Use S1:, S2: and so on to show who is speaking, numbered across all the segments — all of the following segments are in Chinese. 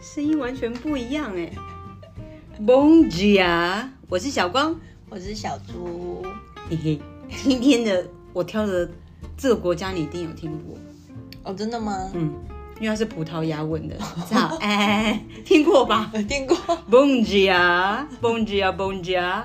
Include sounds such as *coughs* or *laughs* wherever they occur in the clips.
S1: 声音完全不一样哎。Bon dia，我是小光，
S2: 我是小猪，
S1: 嘿嘿。今天的我挑的这个国家你一定有听过，
S2: 哦，真的吗？
S1: 嗯，因为它是葡萄牙文的。早安， *laughs* 听过吧
S2: 我听过，
S1: ？Bon dia，Bon dia，Bon dia，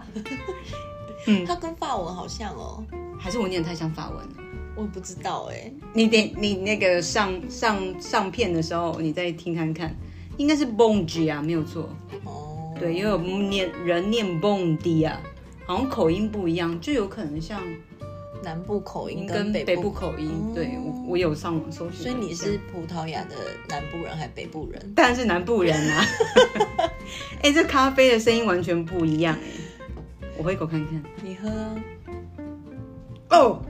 S1: 嗯
S2: 它跟法文好像哦，
S1: 还是我念得太像法文了。
S2: 我不知道哎、
S1: 你得你那个上上上片的时候，你再听看看，应该是 Bon dia 没有错。
S2: 哦，
S1: 对，也有念人念蹦迪啊，好像口音不一样，就有可能像
S2: 南部口音
S1: 跟
S2: 跟
S1: 北
S2: 部
S1: 部，口音。
S2: 哦
S1: 对我，我有上网搜寻，
S2: 所以你是葡萄牙的南部人还是北部人？
S1: 当然是南部人
S2: *laughs*
S1: 啊。哎、这咖啡的声音完全不一样哎、我喝一口看看。
S2: 你喝啊，
S1: 哦， *laughs*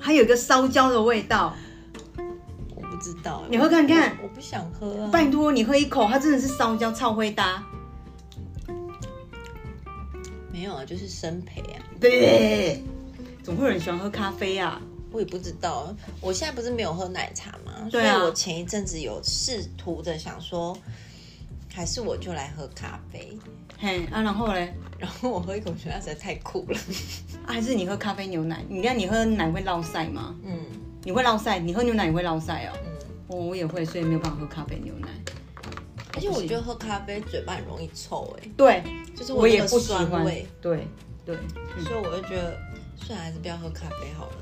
S1: 还有一个烧焦的味道，
S2: 我不知道欸、
S1: 你喝看看
S2: 我，我不想喝啊，
S1: 拜托你喝一口，它真的是烧焦超会搭。
S2: 没有啊，就是生培啊。
S1: 对，总会有人喜欢喝咖啡啊。
S2: 我也不知道，啊我现在不是没有喝奶茶吗？
S1: 对啊
S2: 所以我前一阵子有试图的想说，还是我就来喝咖啡。
S1: 嘿啊，然后嘞，
S2: 然后我喝一口，觉得它实在太苦了。
S1: 啊还是你喝咖啡牛奶？你看你喝奶会落晒吗？
S2: 嗯
S1: 你会落晒，你喝牛奶也会落晒哦。
S2: 嗯，
S1: 我、我也会，所以没有办法喝咖啡牛奶。
S2: 而且我觉得喝咖啡嘴巴很容易臭、哎，
S1: 对，
S2: 就是
S1: 我也
S2: 那个
S1: 不喜
S2: 酸
S1: 欢
S2: 味，。
S1: 对对，
S2: 所以我就觉得，算了，还是不要喝咖啡好了。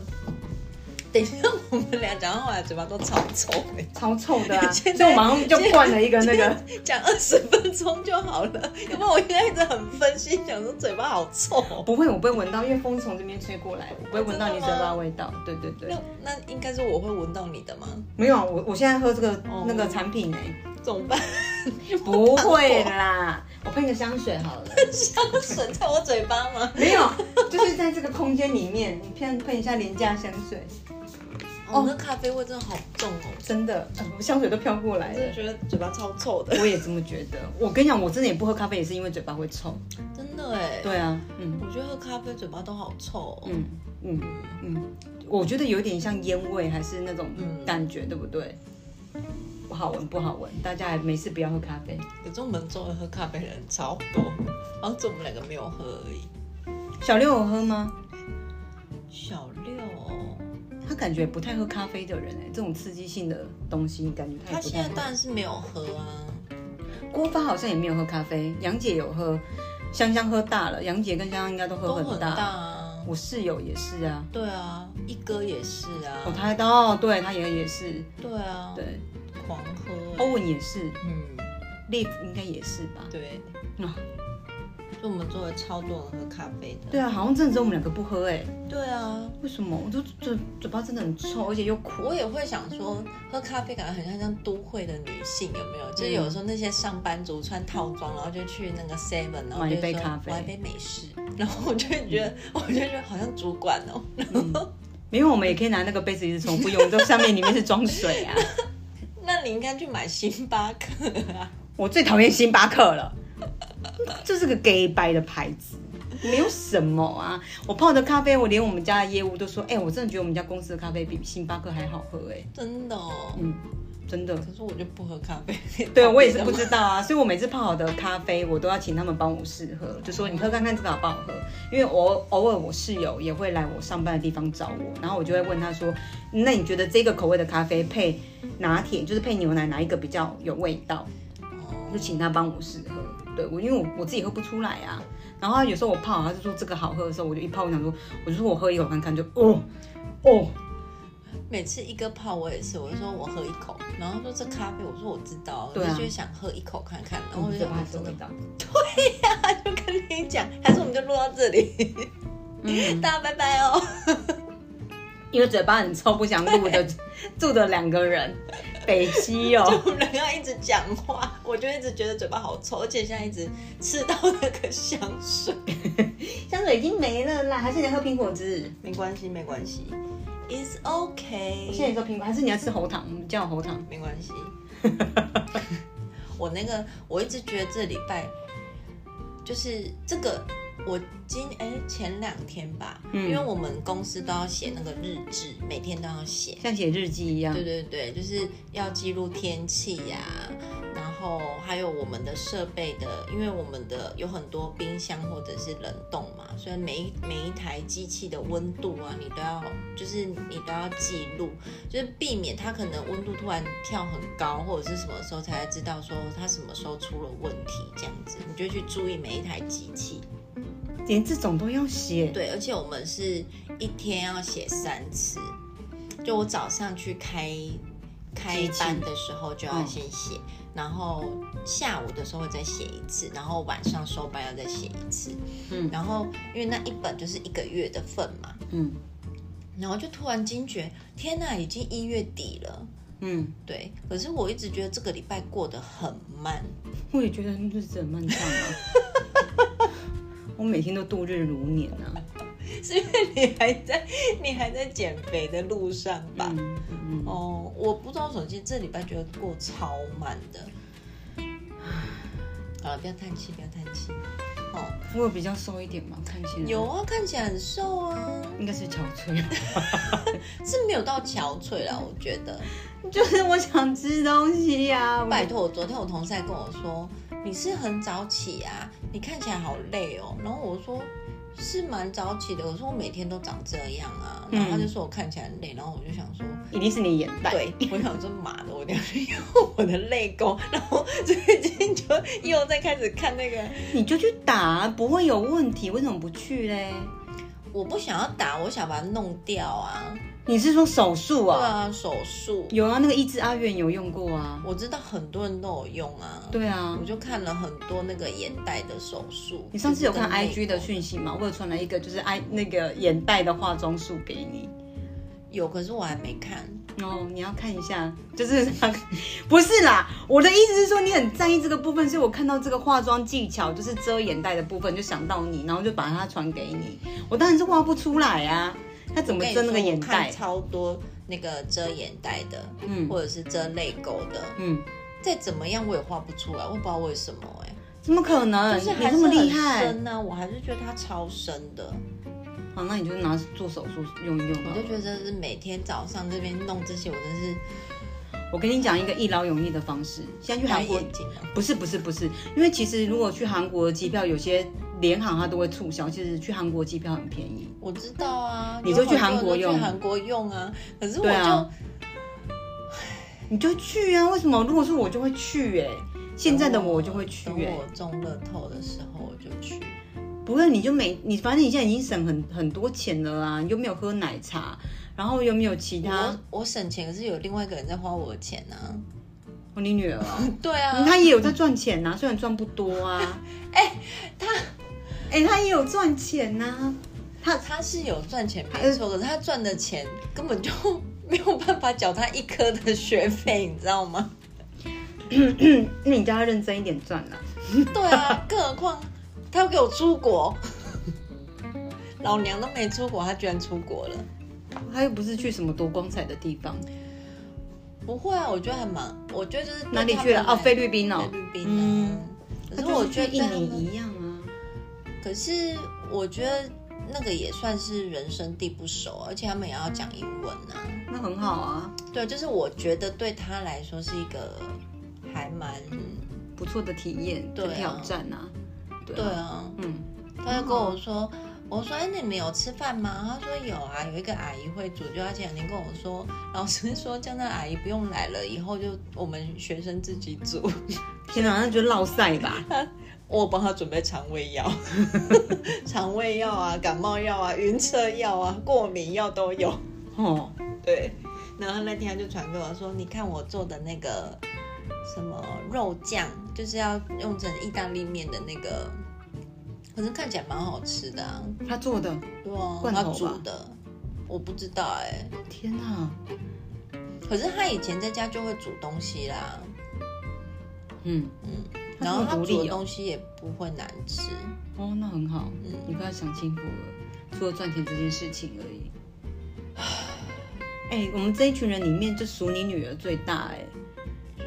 S2: 等一下，
S1: 啊
S2: *laughs* 我们俩讲到后来嘴巴都超臭欸的、
S1: 超臭的啊！所
S2: *laughs* 现
S1: 以我
S2: 在
S1: 马上就灌了一个那个，
S2: 讲二十分钟就好了，要不然我现在一直很分心，想说嘴巴好臭哦、
S1: 不会，我不会闻到，因为风从这边吹过来，我不会闻到你嘴
S2: 真的
S1: 巴
S2: 吗
S1: 味道。对对对
S2: 那，那应该是我会闻到你的吗？
S1: 没有啊，我我现在喝这个、
S2: 哦
S1: 那个产品哎、
S2: 怎么办？ *laughs*
S1: 不会啦，我喷个香水好了。
S2: 香水在我嘴巴吗？
S1: 没有，啊就是在这个空间里面，你喷喷一下廉价香水，
S2: 哦，那咖啡味真的好重哦，
S1: 真的，呃我香水都飘过来
S2: 我真的
S1: 了。
S2: 觉得嘴巴超臭的。
S1: 我也这么觉得。我跟你讲，我真的也不喝咖啡，也是因为嘴巴会臭。
S2: 真的哎，
S1: 对啊，嗯。
S2: 我觉得喝咖啡嘴巴都好臭、哦。
S1: 嗯嗯嗯，我觉得有点像烟味，还是那种
S2: 嗯
S1: 感觉，对不对？不好闻，不好闻，大家还没事不要喝咖啡。
S2: 可是我们周围喝咖啡的人超多，然后只有我们两个没有喝而已。
S1: 小六有喝吗？
S2: 小六哦，
S1: 他感觉不太喝咖啡的人哎、这种刺激性的东西，感觉他
S2: 他
S1: 也不
S2: 现
S1: 太
S2: 在当
S1: 喝。
S2: 然是没有喝啊。
S1: 郭发好像也没有喝咖啡，杨姐有喝，香香喝大了，杨姐跟香香应该都喝
S2: 都很
S1: 大。
S2: 大啊。
S1: 我室友也是啊，
S2: 对啊，一哥也是啊。
S1: 我猜到，哦对他也也是，
S2: 对啊，
S1: 对，哦
S2: 狂喝。
S1: 欧文也是
S2: 嗯，
S1: ，Live 应该也是吧？
S2: 对。
S1: 啊
S2: 就我们周围超多人喝咖啡的。
S1: 对啊，好像真的只有我们两个不喝哎、
S2: 对啊，
S1: 为什么？我就嘴嘴巴真的很臭，而且又苦。
S2: *laughs* 我也会想说，喝咖啡感觉很像像都会的女性，有没有？就是
S1: 嗯
S2: 有时候那些上班族穿套装，然后就去那个 Seven，然后
S1: 买
S2: 就
S1: 一
S2: 说
S1: 杯咖啡嗯
S2: 买一杯美式，然后我就会觉得， *laughs* 我就觉得好像主管哦。
S1: 没有，我们也可以拿那个杯子一直重复用，这下面里面是装水啊。
S2: 那你应该去买星巴克啊，
S1: 我最讨厌星巴克了，这是个 gay 白的牌子，没有什么啊。我泡的咖啡，我连我们家的业务都说，哎、我真的觉得我们家公司的咖啡比星巴克还好喝、哎，
S2: 真的哦。
S1: 嗯，真的。
S2: 可是我就不喝咖啡，
S1: 对，啊我也是不知道啊，所 *laughs* 以我每次泡好的咖啡，我都要请他们帮我试喝，就说你喝看看这个好不好喝。因为我偶尔我室友也会来我上班的地方找我，然后我就会问他说，那你觉得这个口味的咖啡配拿铁，就是配牛奶哪一个比较有味道？就
S2: 哦。
S1: 请他帮我试喝。对我，因为我我自己喝不出来啊。然后他有时候我泡好，他就说这个好喝的时候，我就一泡，我想说，我就说我喝一口看看，就哦哦，
S2: 每次一个泡我也是，我就说我喝一口，然后他说这咖啡，我说我知道，
S1: 对啊嗯
S2: 我就觉得想喝一口看看，然后我就
S1: 嘴
S2: 想
S1: 巴
S2: 啊
S1: 是
S2: 真
S1: 味
S2: 的
S1: 道。
S2: 就跟你讲，还是我们就录到这里，
S1: 嗯，
S2: *laughs* 大家拜拜哦。
S1: 因为嘴巴很臭，不想录的住的两个人，北西 *laughs* 哦。
S2: 我们两个要一直讲话，我就一直觉得嘴巴好臭，而且现在一直吃到那个香水。
S1: 香水已经没了啦，还是你要喝苹果汁？
S2: 没关系，没关系，It's
S1: 我现在
S2: OK，
S1: 说苹果，还是你要吃喉糖？我们叫喉糖。
S2: 没关系。我那个，我一直觉得这礼拜就是这个我今哎前两天吧，因为我们公司都要写那个日志，每天都要写。
S1: 像写日记一样
S2: 对，对对，就是要记录天气呀、然后还有我们的设备的，因为我们的有很多冰箱或者是冷冻嘛，所以每一每一台机器的温度啊，你都要就是你都要记录，就是避免它可能温度突然跳很高，或者是什么时候才知道说它什么时候出了问题这样子，你就去注意每一台机器。
S1: 连这种都要写。
S2: 对，而且我们是一天要写三次，就我早上去开开
S1: 机器
S2: 班的时候就要
S1: 嗯
S2: 先写，然后下午的时候会再写一次，然后晚上收班要再写一次。
S1: 嗯
S2: 然后因为那一本就是一个月的份嘛，
S1: 嗯
S2: 然后就突然惊觉，天呐，已经一月底了。
S1: 嗯，
S2: 对，可是我一直觉得这个礼拜过得很慢， *laughs*
S1: 我也觉得日子很漫长啊。 *laughs* 我每天都度日如年啊。
S2: 是因为你还在你还在减肥的路上吧？
S1: 嗯嗯，
S2: 哦，我不知道手机这礼拜觉得过超慢的。 *sighs* 好了，不要叹气，不要叹气。哦，
S1: 我有比较瘦一点嘛，看起来
S2: 有啊，看起来很瘦啊，
S1: 应该是憔悴。
S2: 是没有到憔悴啦，我觉得。
S1: *laughs* 就是我想吃东西啊呀、
S2: 拜托，我昨天我同事还跟我说，你是很早起啊，你看起来好累哦。然后我说。是蛮早起的，我说我每天都长这样啊，然后他就说我看起来很累，然后我就想说，
S1: 一定是你眼袋。
S2: 对， *laughs* 我想说妈的，我一定要去用我的泪沟，然后最近就又在开始看那个
S1: 你就去打，不会有问题。为什么不去嘞？
S2: 我不想要打，我想把它弄掉啊。
S1: 你是说手术
S2: 对
S1: 啊？
S2: 啊，手术，
S1: 有啊，那个益智阿院有用过啊。
S2: 我知道很多人都有用啊。，
S1: 对啊
S2: 我，就看了很多那个眼袋的手术。
S1: 你上次有看
S2: 就是跟
S1: IG 的
S2: 美国
S1: 讯息吗？我有传了一个就是 I 那个眼袋的化妆术给你。
S2: 有，可是我还没看。
S1: 哦，你要看一下，就是 *laughs* 他不是啦，我的意思是说你很在意这个部分，所以我看到这个化妆技巧，就是遮眼袋的部分，就想到你，然后就把它传给你。我当然是画不出来啊，他怎么
S2: 跟你
S1: 遮那个
S2: 说我
S1: 眼
S2: 看
S1: 袋？
S2: 超多那个遮眼袋的，
S1: 嗯
S2: 或者是遮泪沟的，
S1: 嗯，
S2: 再怎么样我也画不出来，我不知道为什么哎、
S1: 怎么可能？
S2: 但是
S1: 你
S2: 还
S1: 这
S2: 是
S1: 么厉
S2: 很
S1: 害，
S2: 深呢、啊我还是觉得它超深的。
S1: 好，那你就拿做手术用一用吧
S2: 我。就觉得是每天早上这边弄这些，我真是
S1: 我跟你讲一个一劳永逸的方式，现在去
S2: 戴
S1: 韩国
S2: 眼睛啊。
S1: 不是不是不是，因为其实如果去韩国的机票，有些联航它都会促销，其实去韩国机票很便宜。
S2: 我知道啊，
S1: 你就
S2: 有
S1: 去
S2: 很
S1: 韩国
S2: 多人都
S1: 用
S2: 去韩国用啊。可是我
S1: 对
S2: 就、
S1: 啊你就去啊？为什么？如果是我就会去哎、现在的我就会去
S2: 等
S1: 哎、
S2: 我中乐透的时候我就去。
S1: 不是，你就每你反正你现在已经省很很多钱了啊，你又没有喝奶茶，然后又没有其他
S2: 我。我省钱，可是有另外一个人在花我的钱啊。
S1: 哦，你女儿啊，
S2: 对啊，
S1: 她也有在赚钱呐、虽然赚不多
S2: *laughs*
S1: 啊。哎、她哎、她也有赚钱啊呐、
S2: 他是有赚钱没错，可是他赚的钱根本就 *laughs* 没有办法缴他一科的学费，你知道吗？
S1: 那你叫她认真一点赚啦、
S2: 对啊，更何况他要给我出国，老娘都没出国，他居然出国了。
S1: 她又不是去什么多光彩的地方，
S2: 不会啊，我觉得还蛮，我觉得就是
S1: 哪里去了？哦，菲律宾哦
S2: 菲，律宾啊。
S1: 嗯她
S2: 可是
S1: 就是
S2: 我觉得
S1: 去印
S2: 在他们
S1: 尼一样啊。
S2: 可是我觉得那个也算是人生地不熟，而且他们也要讲英文啊。
S1: 那很好啊，
S2: 对，就是我觉得对他来说是一个还蛮
S1: 不错的体验，
S2: 对啊
S1: 跟挑战啊。嗯对
S2: 对啊。
S1: 嗯，
S2: 他就跟我说，我说哎，你们有吃饭吗？他说有啊，有一个阿姨会煮，就他前两天跟我说，老师说叫那阿姨不用来了，以后就我们学生自己煮。
S1: 天哪，那就落晒
S2: *laughs*
S1: 吧。
S2: 我帮他准备肠胃药， *laughs* 肠胃药啊，感冒药啊，晕车药啊，过敏药都有。
S1: 哦，
S2: 对，然后那天他就传给我说，你看我做的那个什么肉酱，就是要用成意大利面的那个，可是看起来蛮好吃的啊，
S1: 他做的，
S2: 对啊，
S1: 罐
S2: 他
S1: 头吧
S2: 煮的，我不知道哎、
S1: 天哪，
S2: 可是他以前在家就会煮东西啦，
S1: 嗯，
S2: 然后
S1: 他这
S2: 他
S1: 么独
S2: 煮
S1: 立
S2: 的
S1: 哦，
S2: 东西也不会难吃，
S1: 哦，那很好，
S2: 嗯，
S1: 你不要想清楚了，除了赚钱这件事情而已。
S2: 嗯
S1: 哎、我们这一群人里面，就数你女儿最大哎、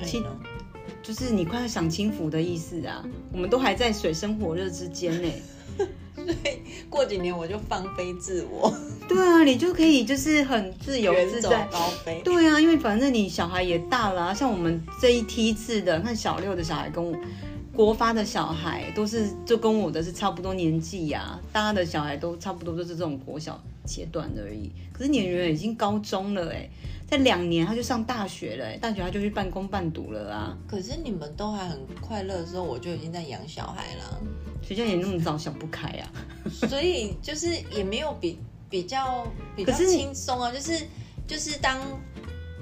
S2: 所以呢，
S1: 就是你快要享清福的意思啊！我们都还在水深火热之间呢。
S2: 过几年我就放飞自我，
S1: *laughs* 对啊，你就可以就是很自由
S2: 远
S1: 自
S2: 走
S1: 在。
S2: 高飞。
S1: 对啊，因为反正你小孩也大了啊、像我们这一梯次的，看小六的小孩跟我国发的小孩都是就跟我的是差不多年纪呀、大家的小孩都差不多都是这种国小阶段而已。可是你的女儿已经高中了哎、在两年她就上大学了、欸，大学她就去半工半读了啊。
S2: 可是你们都还很快乐的时候，我就已经在养小
S1: *laughs*
S2: 孩了，
S1: 学校也那么早想不开啊。
S2: 所以就是也没有比比较比较
S1: 可是你
S2: 轻松啊，就是就是当。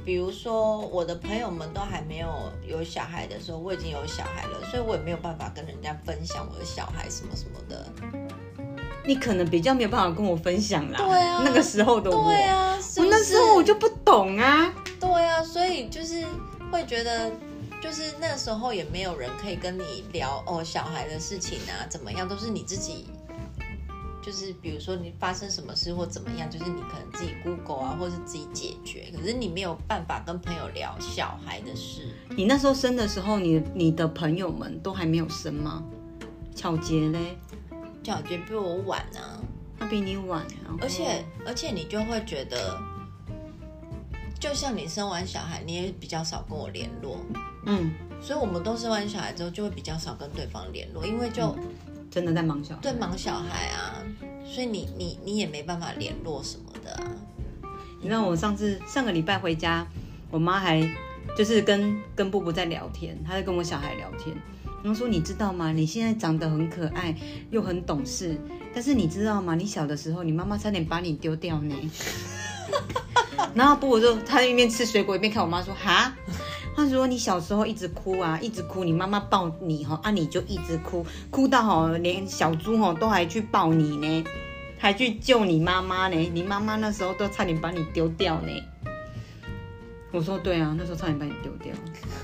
S2: 比如说，我的朋友们都还没有有小孩的时候，我已经有小孩了，所以我也没有办法跟人家分享我的小孩什么什么的。
S1: 你可能比较没有办法跟我分享啦。
S2: 对啊
S1: 那个时候的我，
S2: 对啊，是
S1: 我
S2: 不
S1: 那时候
S2: 是
S1: 我就不懂啊。
S2: 对啊，所以就是会觉得，就是那时候也没有人可以跟你聊哦小孩的事情啊，怎么样，都是你自己。就是比如说你发生什么事或怎么样，就是你可能自己 Google 啊，或是自己解决。可是你没有办法跟朋友聊小孩的事，
S1: 你那时候生的时候，你你的朋友们都还没有生吗？巧杰嘞，
S2: 小杰比我晚啊，
S1: 他比你晚，啊然后
S2: 而且而且你就会觉得，就像你生完小孩，你也比较少跟我联络，
S1: 嗯，
S2: 所以我们都生完小孩之后就会比较少跟对方联络，因为就
S1: 真的在忙小孩。
S2: 对忙小孩啊，所以你你你也没办法联络什么的啊。
S1: 你知道我上次上个礼拜回家，我妈还就是跟跟布布在聊天，她在跟我小孩聊天，然后说你知道吗？你现在长得很可爱，又很懂事，但是你知道吗？你小的时候，你妈妈差点把你丢掉呢。 *laughs* 然后布布就他一边吃水果一边看我妈说哈，他说你小时候一直哭啊，一直哭，你妈妈抱你哈，啊你就一直哭，哭到哦连小猪哦都还去抱你呢。还去救你妈妈呢，你妈妈那时候都差点把你丢掉呢。我说对啊，那时候差点把你丢掉。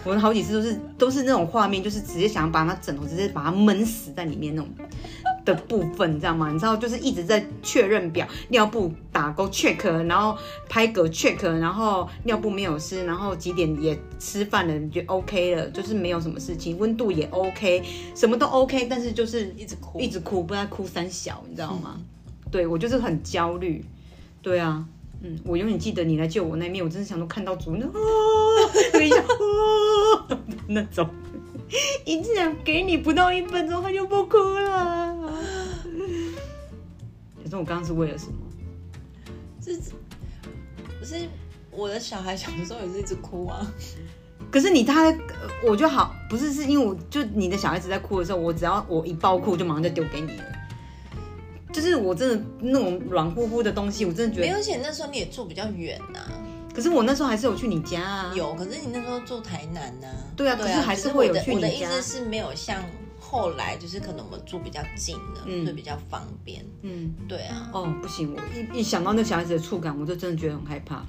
S1: 我好几次都是都是那种画面，就是直接想要把那枕头直接把它闷死在里面那种的部分，你知道吗？你知道就是一直在确认表，尿布打勾 check，然后拍嗝 check，然后尿布没有湿，然后几点也吃饭了，就 OK 了，就是没有什么事情，温度也 OK，什么都 OK，但是就是
S2: 一直哭
S1: 一直哭，不知道哭三小，你知道吗？对我就是很焦虑，对啊。嗯，我永远记得你来救我那一面，我真的想都看到主那啊，我一下啊那种，一次给你不到一分钟，他就不哭了。你说我刚刚是为了什么？
S2: 这不是我的小孩小的时候也是一直哭啊，
S1: 可是你他，呃我就好不是是因为我就你的小孩子在哭的时候，我只要我一爆哭就马上就丢给你了。就是我真的那种软乎乎的东西，我真的觉
S2: 没有，
S1: 得。
S2: 而且那时候你也住比较远啊，
S1: 可是我那时候还是有去你家啊。
S2: 有，可是你那时候住台南呢、啊，
S1: 对啊可是还是会有
S2: 我的
S1: 去
S2: 我的
S1: 你
S2: 意
S1: 家
S2: 思是没有像后来就是可能我们住比较近了，
S1: 嗯
S2: 所以比较方便，
S1: 嗯。
S2: 对啊，
S1: 哦，不行，我一一想到那小孩子的触感，我就真的觉得很害怕，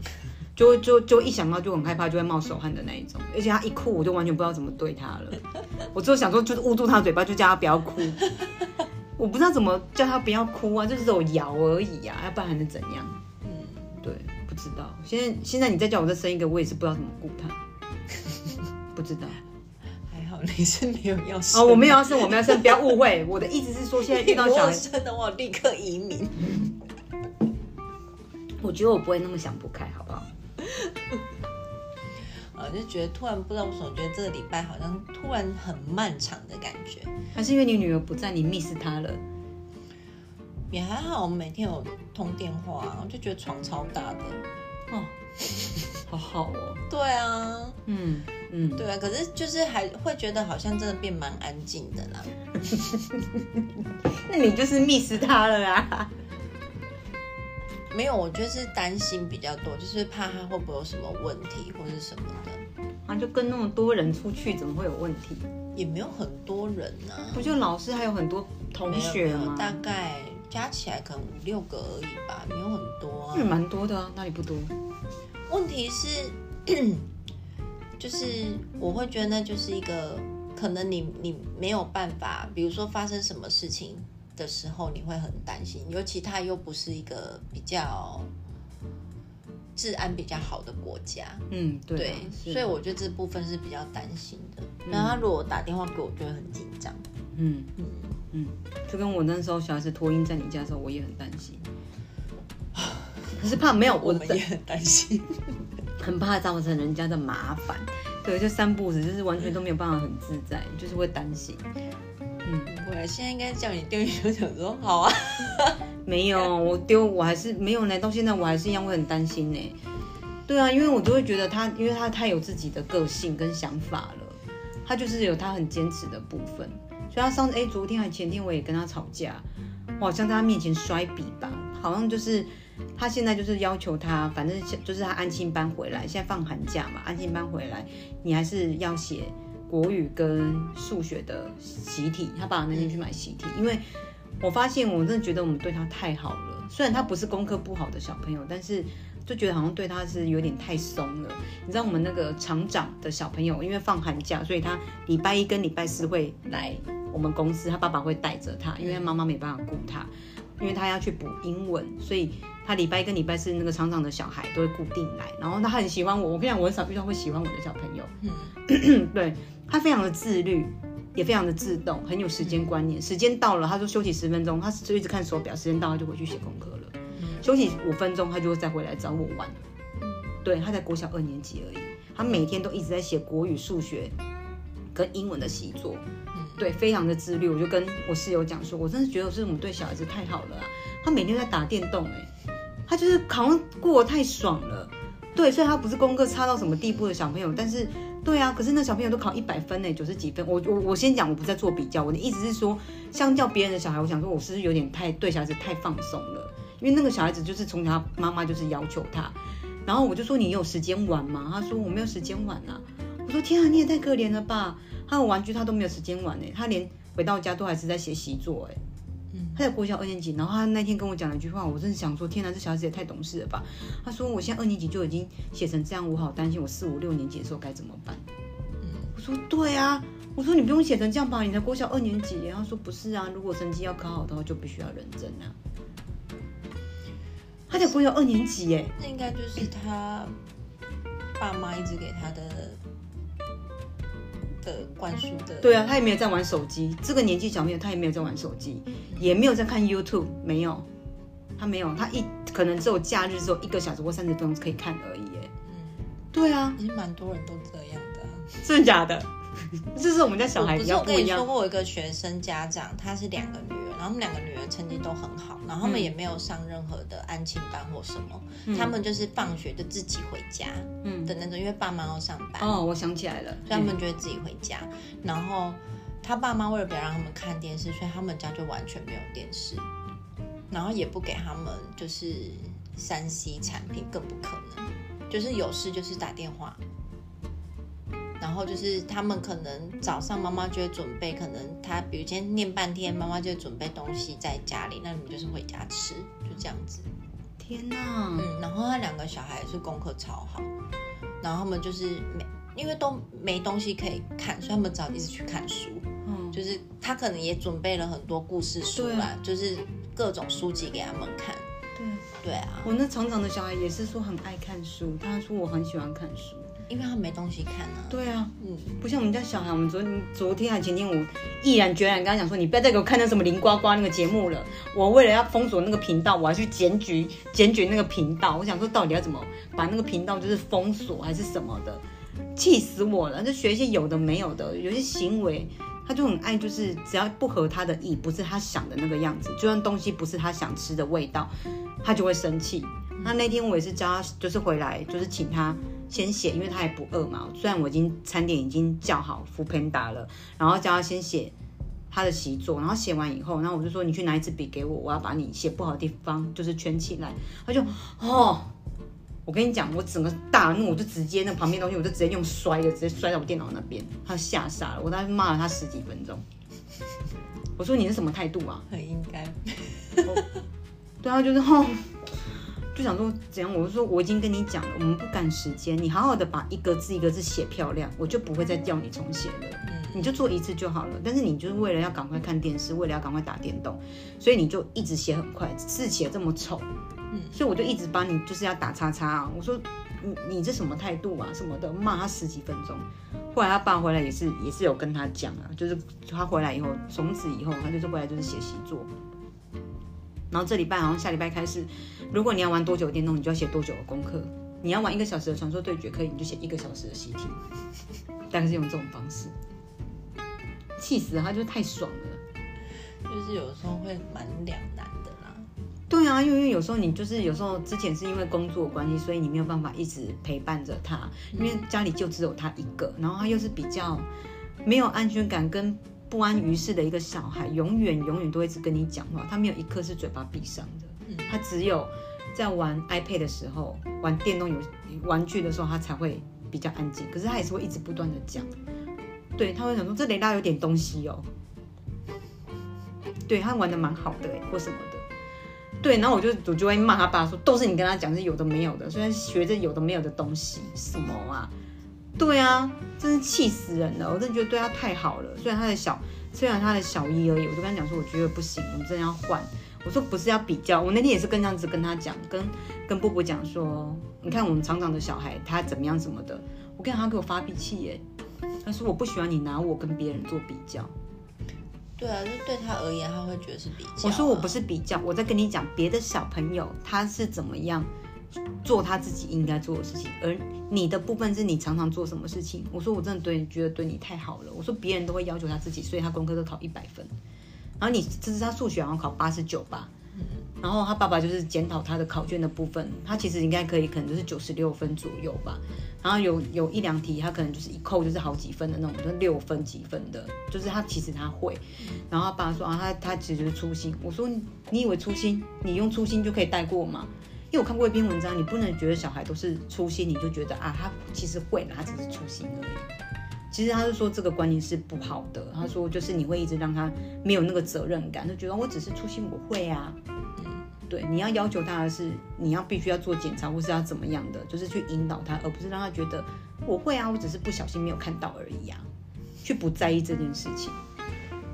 S1: 就会就就一想到就很害怕，就会冒手汗的那一种。而且他一哭，我就完全不知道怎么对他了。我只有想说，就是捂住他的嘴巴，就叫他不要哭。我不知道怎么叫他不要哭啊，就是只有摇而已啊，要不然还能怎样？
S2: 嗯，
S1: 对，不知道。现在现在你再叫我再生一个，我也是不知道怎么顾他，不知道。
S2: 还好你是没有要
S1: 啊、
S2: 生，
S1: 嗯我没有要生，我没有要生，不要误会。我的意思是说，现在遇
S2: 你
S1: 到
S2: 如
S1: 小
S2: 果
S1: 孩子，
S2: 生的话，我立刻移民。
S1: 我觉得我不会那么想不开，好不好？
S2: 啊，就觉得突然不知道为什么，觉得这个礼拜好像突然很漫长的感觉。
S1: 还是因为你女儿不在，你 miss 她了。
S2: 也还好，我们每天有通电话、啊，我就觉得床超大的。
S1: *laughs* 哦，好好哦，
S2: 对啊，
S1: 嗯嗯，
S2: 对啊，可是就是还会觉得好像真的变蛮安静的啦。
S1: 那你就是 miss 他了啊啦。
S2: 没有，我就是担心比较多，就是怕他会不会有什么问题或是什么的。
S1: *laughs* 啊，就跟那么多人出去，怎么会有问题？
S2: 也没有很多人啊
S1: 不，就老师还有很多同
S2: 没有没
S1: 学
S2: 有，
S1: 吗？
S2: 大概加起来可能五六个而已吧，没有很多啊。
S1: 嗯，蛮多的啊，哪里不多？
S2: 问题是， *clears throat* 就是我会觉得那就是一个可能你你没有办法，比如说发生什么事情的时候，你会很担心，尤其他又不是一个比较治安比较好的国家。
S1: 嗯，对啊
S2: 对，，
S1: 是
S2: 所以我觉得这部分是比较担心的。然后他如果打电话给我，就会很紧张。
S1: 嗯
S2: 嗯，
S1: 嗯，就跟我那时候小孩子托婴在你家的时候，我也很担 *laughs* 心，可是怕没有
S2: *laughs*
S1: 我
S2: 我们也很担心。
S1: 很怕造成人家的麻烦，对，就三步子就是完全都没有办法很自在，就是会担心。嗯，
S2: *laughs* 我现在应该叫你丢一丢，想说好啊。
S1: 没有，我丢我还是没有呢，到现在我还是一样会很担心呢。对啊，因为我都会觉得他，因为他太有自己的个性跟想法了，他就是有他很坚持的部分，所以他上哎，昨天还前天我也跟他吵架，我好像在他面前摔笔吧，好像就是他现在就是要求他，反正就是他安亲班回来，现在放寒假嘛，安亲班回来，你还是要写国语跟数学的习题。他爸爸那天去买习题，因为我发现我真的觉得我们对他太好了，虽然他不是功课不好的小朋友，但是。就觉得好像对他是有点太松了，你知道我们那个厂长的小朋友，因为放寒假，所以他礼拜一跟礼拜四会来我们公司，他爸爸会带着他，因为他妈妈没办法顾他，因为他要去补英文，所以他礼拜一跟礼拜四那个厂长的小孩都会固定来。然后他很喜欢我，我跟你讲，我很少遇到会喜欢我的小朋友。
S2: 嗯，
S1: 对他非常的自律，也非常的自动，很有时间观念。时间到了，他说休息十分钟，他就一直看手表，时间到他就回去写功课了。休息五分钟，他就会再回来找我玩。对，他在国小二年级而已，他每天都一直在写国语、数学跟英文的习作。对，非常的自律。我就跟我室友讲说，我真的觉得是我们对小孩子太好了啊。他每天都在打电动、欸，他就是好像过得太爽了。对，虽然他不是功课差到什么地步的小朋友，但是对啊，可是那小朋友都考一百分呢、九十几分。我我我先讲，我不在做比较，我的意思是说，相较别人的小孩，我想说我是不是有点太对小孩子太放松了？因为那个小孩子就是从小妈妈就是要求他，然后我就说你有时间玩吗？他说我没有时间玩啊。我说天啊，你也太可怜了吧！他的玩具他都没有时间玩呢、他连回到家都还是在写习作哎、他在国小二年级，然后他那天跟我讲了一句话，我真的想说，天啊哪，这小孩子也太懂事了吧！他说我现在二年级就已经写成这样，我好担心我四五六年级的时候该怎么办。我说对啊，我说你不用写成这样吧，你才国小二年级耶。他说不是啊，如果成绩要考好的话，就必须要认真啊。他在国小二年级欸耶，
S2: 那应该就是他爸妈一直给他的的灌输的。
S1: 对啊，他也没有在玩手机。这个年纪小朋友，他也没有在玩手机，也没有在看 YouTube，没有，他没有，他一可能只有假日只有一个小时或三十分钟可以看而已耶。
S2: 嗯，
S1: 对啊，
S2: 其实蛮多人都这样的啊、
S1: 真的假的？ *laughs* 这是我们家小孩
S2: 我不
S1: 比
S2: 是
S1: 较
S2: 我
S1: 不
S2: 跟
S1: 一
S2: 你说
S1: 样。
S2: 过，我有一个学生家长，他是两个女儿，然后他们两个女儿成绩都很好，然后他们
S1: 嗯
S2: 也没有上任何的安亲班或什么，他们就是放学就自己回家
S1: 嗯，
S2: 的那种，因为爸妈要上班，
S1: 哦，我想起来了，
S2: 所以他们就会自己回家。然后他爸妈为了不要让他们看电视，所以他们家就完全没有电视，然后也不给他们就是三 C 产品，更不可能，就是有事就是打电话。然后就是他们可能早上妈妈就会准备，可能他比如今天念半天，妈妈就会准备东西在家里，那你们就是回家吃，就这样子。
S1: 哎天哪，
S2: 嗯，然后他两个小孩也是功课超好，然后他们就是没，因为都没东西可以看，所以他们只好一直去看书。
S1: 嗯，
S2: 就是他可能也准备了很多故事书
S1: 对
S2: 啦，就是各种书籍给他们看。
S1: 对，
S2: 对啊，
S1: 我那厂长的小孩也是说很爱看书，他说我很喜欢看书。
S2: 因为他没东西看啊。
S1: 对啊，
S2: 嗯，
S1: 不像我们家小孩，我们昨昨天还前天，我毅然决然跟他讲说，你不要再给我看那什么林呱呱那个节目了。我为了要封锁那个频道，我还去检举检举那个频道。我想说，到底要怎么把那个频道就是封锁还是什么的，气死我了！就学一些有的没有的，有些行为。他就很爱，就是只要不合他的意，不是他想的那个样子，就算东西不是他想吃的味道，他就会生气。那那天我也是叫他，就是回来，就是请他先写，因为他也不饿嘛。虽然我已经餐点已经叫好 f o o p a n d a 了，然后叫他先写他的习作，然后写完以后，然后我就说你去拿一支笔给我，我要把你写不好的地方就是圈起来。他就哦，我跟你讲，我整个大怒，我就直接那旁边东西我就直接用摔的，直接摔到我电脑那边，他吓傻了，我大概骂了他十几分钟。 *laughs* 我说你是什么态度啊？
S2: 很应该。
S1: 对啊，就是吼，就想说怎样？我就说我已经跟你讲了，我们不赶时间，你好好的把一个字一个字写漂亮，我就不会再叫你重写了。
S2: 嗯，
S1: 你就做一次就好了。但是你就是为了要赶快看电视，为了要赶快打电动，所以你就一直写很快，字写这么丑，嗯，所以我就一直帮你就是要打叉叉、啊。我说你你这什么态度啊什么的，骂他十几分钟。后来他爸回来也是也是有跟他讲啊，就是他回来以后，从此以后他就是回来就是写习作。然后这礼拜好像下礼拜开始，如果你要玩多久的电动，你就要写多久的功课。你要玩一个小时的传说对决，可以你就写一个小时的习题，大概是用这种方式。气死了，他就是太爽了。
S2: 就是有时候会蛮两难的啦。
S1: 对啊，因为因为有时候你就是有时候之前是因为工作关系，所以你没有办法一直陪伴着他，因为家里就只有他一个，然后他又是比较没有安全感跟不安于世的一个小孩，永远永远都会一直跟你讲话，他没有一刻是嘴巴闭上的，他只有在玩 iPad 的时候，玩电动游玩具的时候，他才会比较安静，可是他也是会一直不断的讲，对他会想说这雷达有点东西哦，对他玩的蛮好的哎、或什么的。对，然后我就我就会骂他爸说，都是你跟他讲是有的没有的，虽然学着有的没有的东西，什么啊？对啊，真是气死人了！我真的觉得对他太好了。虽然他的小，虽然他的小一而已，我就跟他讲说，我觉得不行，我们真的要换。我说不是要比较，我那天也是跟这样子跟他讲，跟跟波波讲说，你看我们厂长的小孩他怎么样什么的，我跟你讲他给我发脾气耶，他说我不喜欢你拿我跟别人做比较。
S2: 对啊，就对他而言，他会觉得是比较啊、
S1: 我说我不是比较，我在跟你讲别的小朋友他是怎么样做他自己应该做的事情，而你的部分是你常常做什么事情。我说我真的对你觉得对你太好了，我说别人都会要求他自己，所以他功课都考一百分，然后你这是他数学好像考八十九吧。然后他爸爸就是检讨他的考卷的部分，他其实应该可以，可能就是九十六分左右吧。然后有有一两题，他可能就是一扣就是好几分的那种，就是六分几分的，就是他其实他会。然后他爸说啊，他他其实就是粗心。我说你以为粗心，你用粗心就可以带过吗？因为我看过一篇文章，你不能觉得啊小孩都是粗心，你就觉得啊，他其实会啦，他只是粗心而已。其实啊他是说这个观念是不好的，他说就是你会一直让他没有那个责任感，就觉得我只是粗心，我会啊。对，你要要求他的是，你要必须要做检查，或是要怎么样的，就是去引导他，而不是让他觉得我会啊，我只是不小心没有看到而已啊，去不在意这件事情。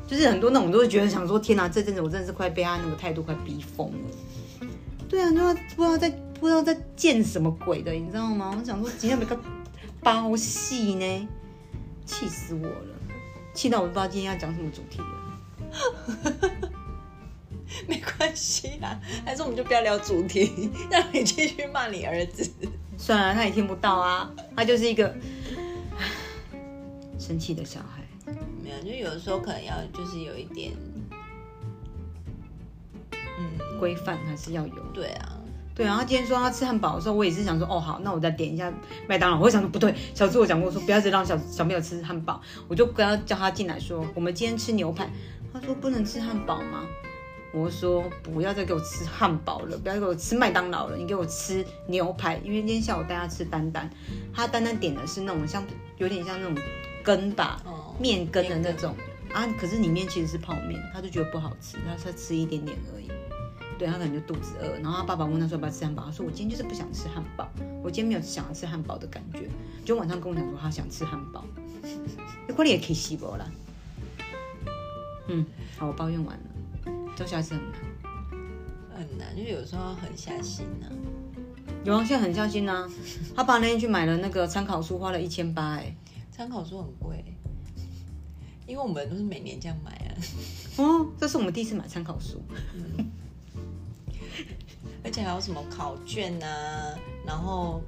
S1: 就是很多那种都会觉得想说，天哪、这阵子我真的是快被他那个态度快逼疯了。对啊，就不知道在不知道在见什么鬼的，你知道吗？我想说今天有个包戏呢，气死我了，气到我都不知道今天要讲什么主题了。
S2: *laughs* 没关系啦，还是我们就不要聊主题，让你继续骂你儿子。
S1: 算了，他也听不到啊，他就是一个唉生气的小孩。
S2: 没有，就有的时候可能要就是有一点，嗯，
S1: 规范还是要有。
S2: 对啊，
S1: 对啊，他今天说他吃汉堡的时候，我也是想说，哦好，那我再点一下麦当劳。我想说不对，小猪我讲过说不要只让小小朋友吃汉堡，我就跟他叫他进来说，我们今天吃牛排。他说不能吃汉堡吗？我说不要再给我吃汉堡了，不要给我吃麦当劳了，你给我吃牛排。因为今天下午带他吃丹丹，他丹丹点的是那种像有点像那种羹吧，
S2: 哦，
S1: 面羹的那种啊，可是里面其实是泡面，他就觉得不好吃，他才吃一点点而已。对他可能就肚子饿，然后他爸爸问他说要不要吃汉堡，他说我今天就是不想吃汉堡，我今天没有想要吃汉堡的感觉，就晚上跟我讲说他想吃汉堡， *laughs* 你快点也可以洗不啦。嗯，好，我抱怨完了，教小孩子很难。
S2: 很难，就有时候很下心啊呐、
S1: 有啊，现在很孝心 *laughs* 啊。他爸那天去买了那个参考书，花了一千八，哎，
S2: 参考书很贵，因为我们都是每年这样买啊， *laughs*
S1: 哦，这是我们第一次买参考书。
S2: 而且还有什么考卷啊，然后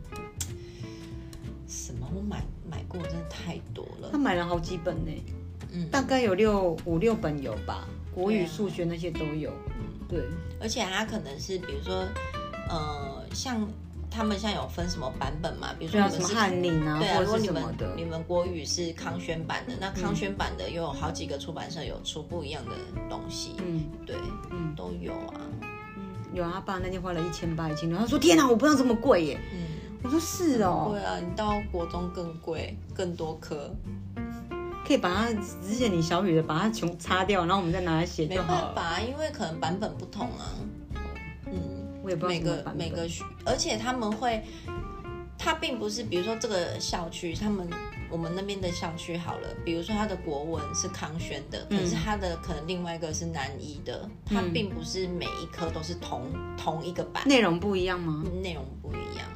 S2: 什么我买买过真的太多
S1: 他
S2: 了，
S1: 买了好几本呢，
S2: 嗯，
S1: 大概有六五六本有吧，国
S2: 对
S1: 语、
S2: 啊
S1: 数学那些都有。对，
S2: 而且它可能是比如说，呃，像他们现在有分什么版本嘛？比如
S1: 对
S2: 说
S1: 啊，
S2: 你
S1: 什么
S2: 们是。
S1: 翰林啊，
S2: 对啊，
S1: 或
S2: 如果
S1: 者是什
S2: 你们
S1: 么的嗯
S2: 你。们国语是康轩版的，那康轩版的又有好几个出版社有出不一样的东西，
S1: 嗯
S2: 对，
S1: 嗯，
S2: 都有啊，
S1: 有啊，他爸那天花了一千八、一千六，他说天哪，我不知道这么贵耶。
S2: 嗯，
S1: 我说是哦，
S2: 对啊，你到国中更贵，更多科，
S1: 可以把它之前你小雨的把它全擦掉，然后我们再拿来写
S2: 没
S1: 就好
S2: 办
S1: 了。
S2: 法，因为可能版本不同啊，嗯，
S1: 我也不知道
S2: 每
S1: 什么
S2: 个
S1: 版
S2: 每
S1: 本。
S2: 个学，而且他们会，他并不是，比如说这个校区，他们我们那边的校区好了，比如说它的国文是康轩的，
S1: 嗯
S2: 可是它的可能另外一个是南一的，它并不是每一科都是同同一个版，
S1: 内容不一样吗？
S2: 内容不一样。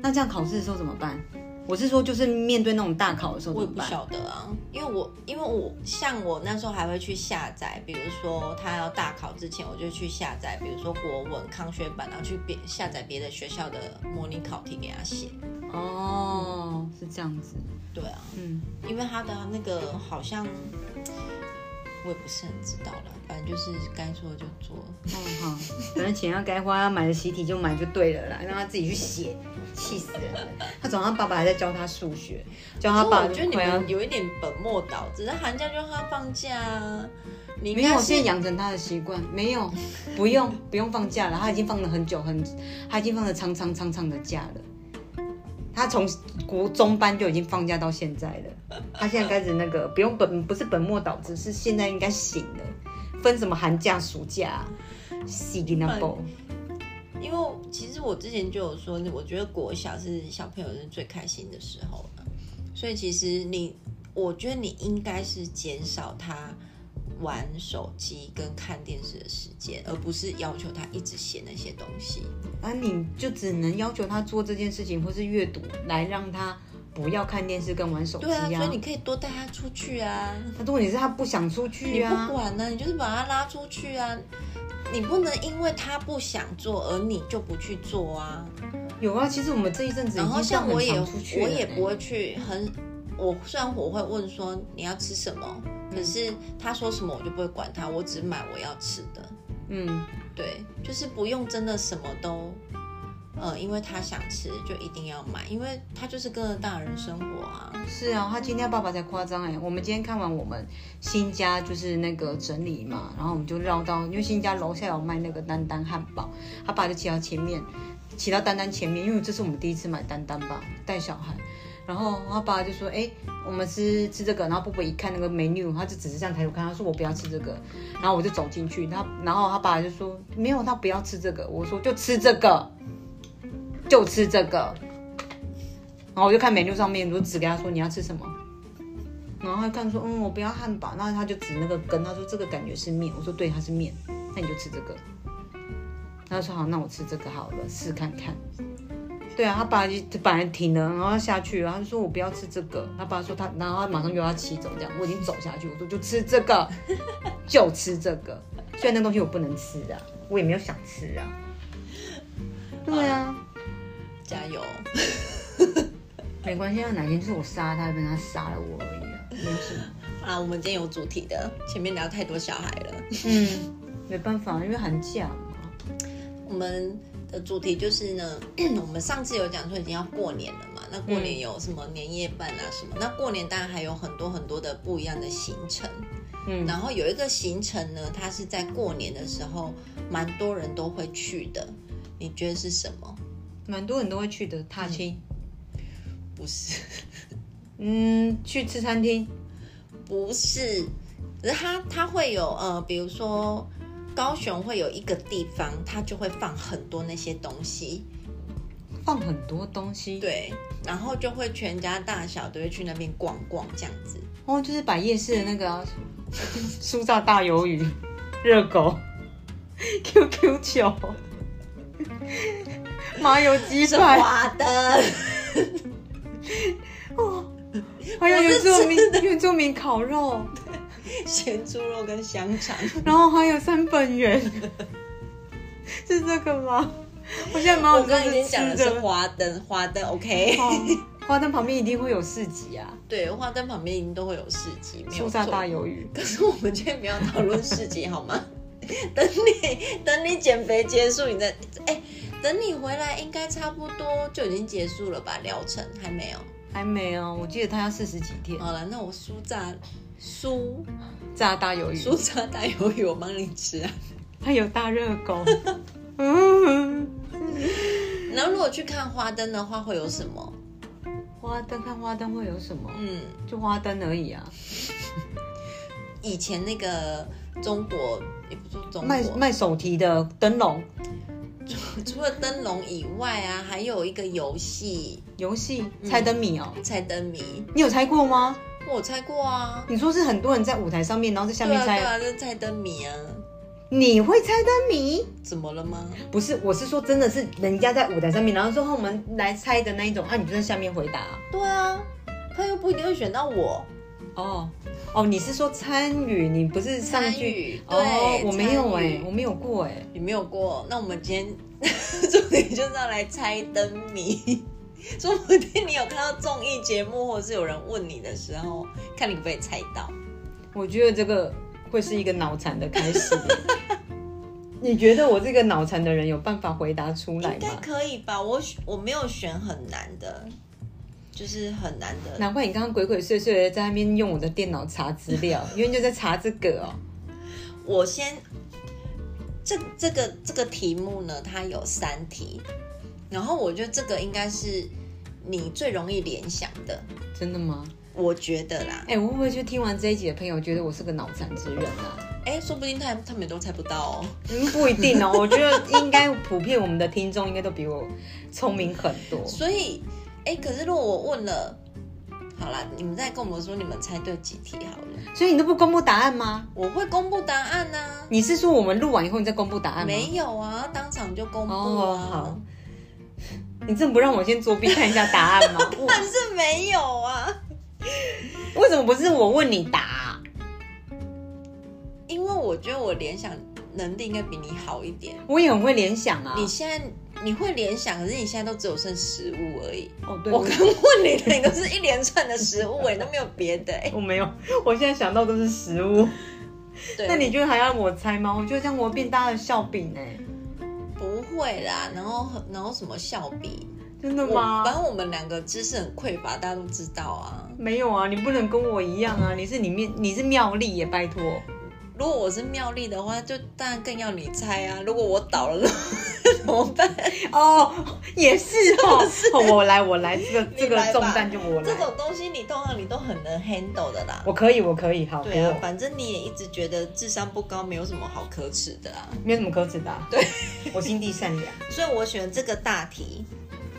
S1: 那这样考试的时候怎么办？我是说，就是面对那种大考的时候
S2: 我也
S1: 怎么办？
S2: 不晓得啊，因为我因为我像我那时候还会去下载，比如说他要大考之前，我就去下载，比如说国文康学版，然后去别下载别的学校的模拟考题给他写。
S1: 哦，是这样子，
S2: 对啊，
S1: 嗯，
S2: 因为他的那个好像我也不是很知道了，反正就是该做就做。
S1: 哦好，反正钱要该花，要买的习题就买就对了啦，让他自己去写，气死人了。他早上爸爸还在教他数学，教他
S2: 所以
S1: 爸
S2: 哦
S1: 啊
S2: 我觉得你
S1: 快要
S2: 们有一点本末倒置，那寒假就让他放假啊。你应
S1: 没
S2: 该
S1: 有，
S2: 是
S1: 现在养成他的习惯，没
S2: *laughs*
S1: 有，不用，不用放假了，他已经放了很久，很，他已经放了长长长长的假了。他从国中班就已经放假到现在了，他现在开始那个不用本不是本末倒置，是现在应该醒了，分什么寒假暑假、啊，死定那
S2: 哎
S1: 不，
S2: 因为其实我之前就有说，我觉得国小是小朋友是最开心的时候了，所以其实你，我觉得你应该是减少他玩手机跟看电视的时间，而不是要求他一直写那些东西。
S1: 啊，你就只能要求他做这件事情或是阅读来让他不要看电视跟玩手机
S2: 对啊，所以
S1: 啊
S2: 你。可以多带他出去啊，
S1: 那重点是他不想出去
S2: 你不
S1: 啊，
S2: 管呢、你就是把他拉出去啊。你不能因为他不想做，而你就不去做啊。
S1: 有啊，其实我们这一阵子已
S2: 然后
S1: 经
S2: 像
S1: 这样
S2: 我
S1: 很
S2: 也
S1: 常出去
S2: 我
S1: 了欸
S2: 也
S1: 呢
S2: 不会去啊很，我虽然我会问说你要吃什么，可是他说什么我就不会管他，我只买我要吃的。
S1: 嗯，
S2: 对，就是不用真的什么都，呃，因为他想吃就一定要买，因为他就是跟着大人生活啊。
S1: 是啊，他今天爸爸才夸张哎。我们今天看完我们新家就是那个整理嘛，然后我们就绕到，因为新家楼下有卖那个丹丹汉堡，他爸就骑到前面，骑到丹丹前面，因为这是我们第一次买丹丹吧，带小孩。然后他爸就说：“哎、我们吃吃这个。”然后布布一看那个 menu，他就只是这样抬头看，他说：“我不要吃这个。”然后我就走进去，他然后他爸就说：“没有，他不要吃这个。”我说：“就吃这个，就吃这个。”然后我就看 menu 上面，我就指给他说你要吃什么，然后他看说嗯我不要汉堡，那他就指那个根，他说这个感觉是面，我说对它是面，那你就吃这个。他说好，那我吃这个好了，试看看。对啊，他爸就本来停了，然后下去了，他就说我不要吃这个。他爸说他，然后他马上又要骑走，这样我已经走下去，我说就吃这个， *laughs* 就吃这个。虽然那东西我不能吃啊，我也没有想吃啊。对啊。
S2: 加油！
S1: 没关系，那哪天就是我杀他，跟他杀了我而已啊，没有什么。
S2: 啊，我们今天有主题的，前面聊太多小孩了。
S1: 嗯， *laughs* 没办法，因为寒假嘛。
S2: 我们的主题就是呢， *clears throat* 我们上次有讲说已经要过年了嘛，那过年有什么年夜饭啊什么？那过年当然还有很多很多的不一样的行程，
S1: 嗯
S2: 然后有一个行程呢，它是在过年的时候蛮多人都会去的，你觉得是什么？
S1: 蛮多人都会去的，踏青，
S2: 不是，
S1: 嗯，去吃餐厅，
S2: *laughs* 不是，可是它它会有呃，比如说高雄会有一个地方，它就会放很多那些东西，
S1: 放很多东西。，
S2: 对，然后就会全家大小都会去那边逛逛这样子。
S1: 哦，就是摆夜市的那个、啊、酥炸大鱿鱼、热狗、QQ 球、 *laughs* 麻油鸡
S2: 是
S1: 排，
S2: 滑的，
S1: 还有
S2: 我
S1: 原
S2: 是
S1: 住民原住民烤肉，
S2: 咸猪肉跟香
S1: *laughs*
S2: 肠。
S1: 然后还有三本圆， *laughs* 是这个吗？我现在蛮
S2: 我
S1: 想
S2: 刚刚已
S1: 是
S2: 经讲
S1: 吃
S2: 的是花灯，花灯
S1: *laughs*
S2: OK。
S1: 哦，花灯旁边一定会有市集啊，
S2: 对，花灯旁边一定都会有市集， *laughs* 没有
S1: 酥炸
S2: 错
S1: 大鱿鱼。
S2: 可是我们今天不要讨论市集好吗？ *laughs* 等你等你减肥结束，你再哎、等你回来应该差不多就已经结束了吧？疗程还没有。
S1: 还没有，我记得他要四十几天。
S2: 好了，那我酥炸酥
S1: 炸大鱿鱼，
S2: 酥炸大鱿鱼，我帮你吃啊。
S1: 还有大热
S2: *laughs*
S1: 狗。嗯，
S2: 然后如果去看花灯的话，会有什么？
S1: 花灯看花灯会有什么？
S2: 嗯。
S1: 就花灯而已啊，
S2: 以前那个中国，也不是中国，
S1: 卖卖手提的灯笼，
S2: *laughs* 除了灯笼以外啊，还有一个游戏
S1: 游戏猜灯谜哦，
S2: 猜灯谜，
S1: 你有猜过吗？
S2: 我猜过啊。
S1: 你说是很多人在舞台上面，然后在下
S2: 对
S1: 面
S2: 啊，
S1: 猜，
S2: 对啊，就是猜灯谜啊。
S1: 你会猜灯谜？
S2: 怎么了吗？
S1: 不是，我是说真的是人家在舞台上面，然后说哦我们来猜的那一种，啊，你就在下面回答、
S2: 对啊，他又不一定会选到我。
S1: 哦哦，你是说参与，你不是上
S2: 参
S1: 去？
S2: 与，对，
S1: 哦，我没有哎、
S2: 参与
S1: 我没有过哎、
S2: 你没有过，那我们今 *laughs* 天重点就是要来猜灯谜。 *laughs* 说不定你有看到综艺节目，或是有人问你的时候，看你可不可以猜到。
S1: 我觉得这个会是一个脑残的开
S2: *laughs*
S1: 始。你觉得我这个脑残的人有办法回答出来
S2: 应该
S1: 吗？
S2: 可以吧？我选我没有选很难的，就是很难的。
S1: 难怪你刚刚鬼鬼祟祟的在那边用我的电脑查资
S2: *laughs*
S1: 料，因为你就在查这个哦。
S2: 我先这这个这个题目呢，它有三题，然后我觉得这个应该是你最容易联想的，
S1: 真的吗？
S2: 我觉得啦。
S1: 哎、我会不会就听完这一集的朋友觉得我是个脑残之人啊？
S2: 哎，说不定他他们都猜不到哦。
S1: 嗯，不一 *laughs* 定哦。我觉得应该普遍我们的听众应该都比我聪明很多。
S2: 所以，哎，可是如果我问了，好啦，你们再跟我们说你们猜对几题好了，
S1: 所以你都不公布答案吗？
S2: 我会公布答案呐、
S1: 你是说我们录完以后你再公布答案吗？
S2: 没有啊，当场就公布啊。
S1: 哦好你真的不让我先作弊看一下答 *laughs* 案吗？
S2: 但是没有啊，
S1: 我为什么不是我问你答啊、
S2: 因为我觉得我联想能力应该比你好一点。
S1: 我也很会联想啊。
S2: 你现在你会联想，可是你现在都只有剩食物而已。
S1: 哦，对，
S2: 我
S1: 我
S2: 刚问你的，你都是一连串的食物、哎，都没有别
S1: *laughs*
S2: 的、哎，
S1: 我没有，我现在想到都是食物。
S2: 对，
S1: 那你觉得还要我猜吗？我觉得这样我变大了笑柄哎、
S2: 不会啦。然后然后什么笑笔？
S1: 真的
S2: 我反
S1: 吗？
S2: 正我们两个知识很匮乏，大家都知道啊。
S1: 没有啊，你不能跟我一样啊！你是里面你是妙丽耶，拜托。
S2: 如果我是妙丽的话，就当然更要你猜啊。如果我倒了， *laughs* 怎么办？
S1: 哦，也是哦，哦我来我来，
S2: *laughs*
S1: 这个这个
S2: 来吧
S1: 重担就我来。
S2: 这种东西你通常你都很能 handle 的啦。
S1: 我可以，我可以，好，
S2: 对啊，
S1: 我
S2: 反正你也一直觉得智商不高，没有什么好可耻的啊。
S1: 没有什么可指的、啊。对，我心地善良。
S2: 所以我选这个大题，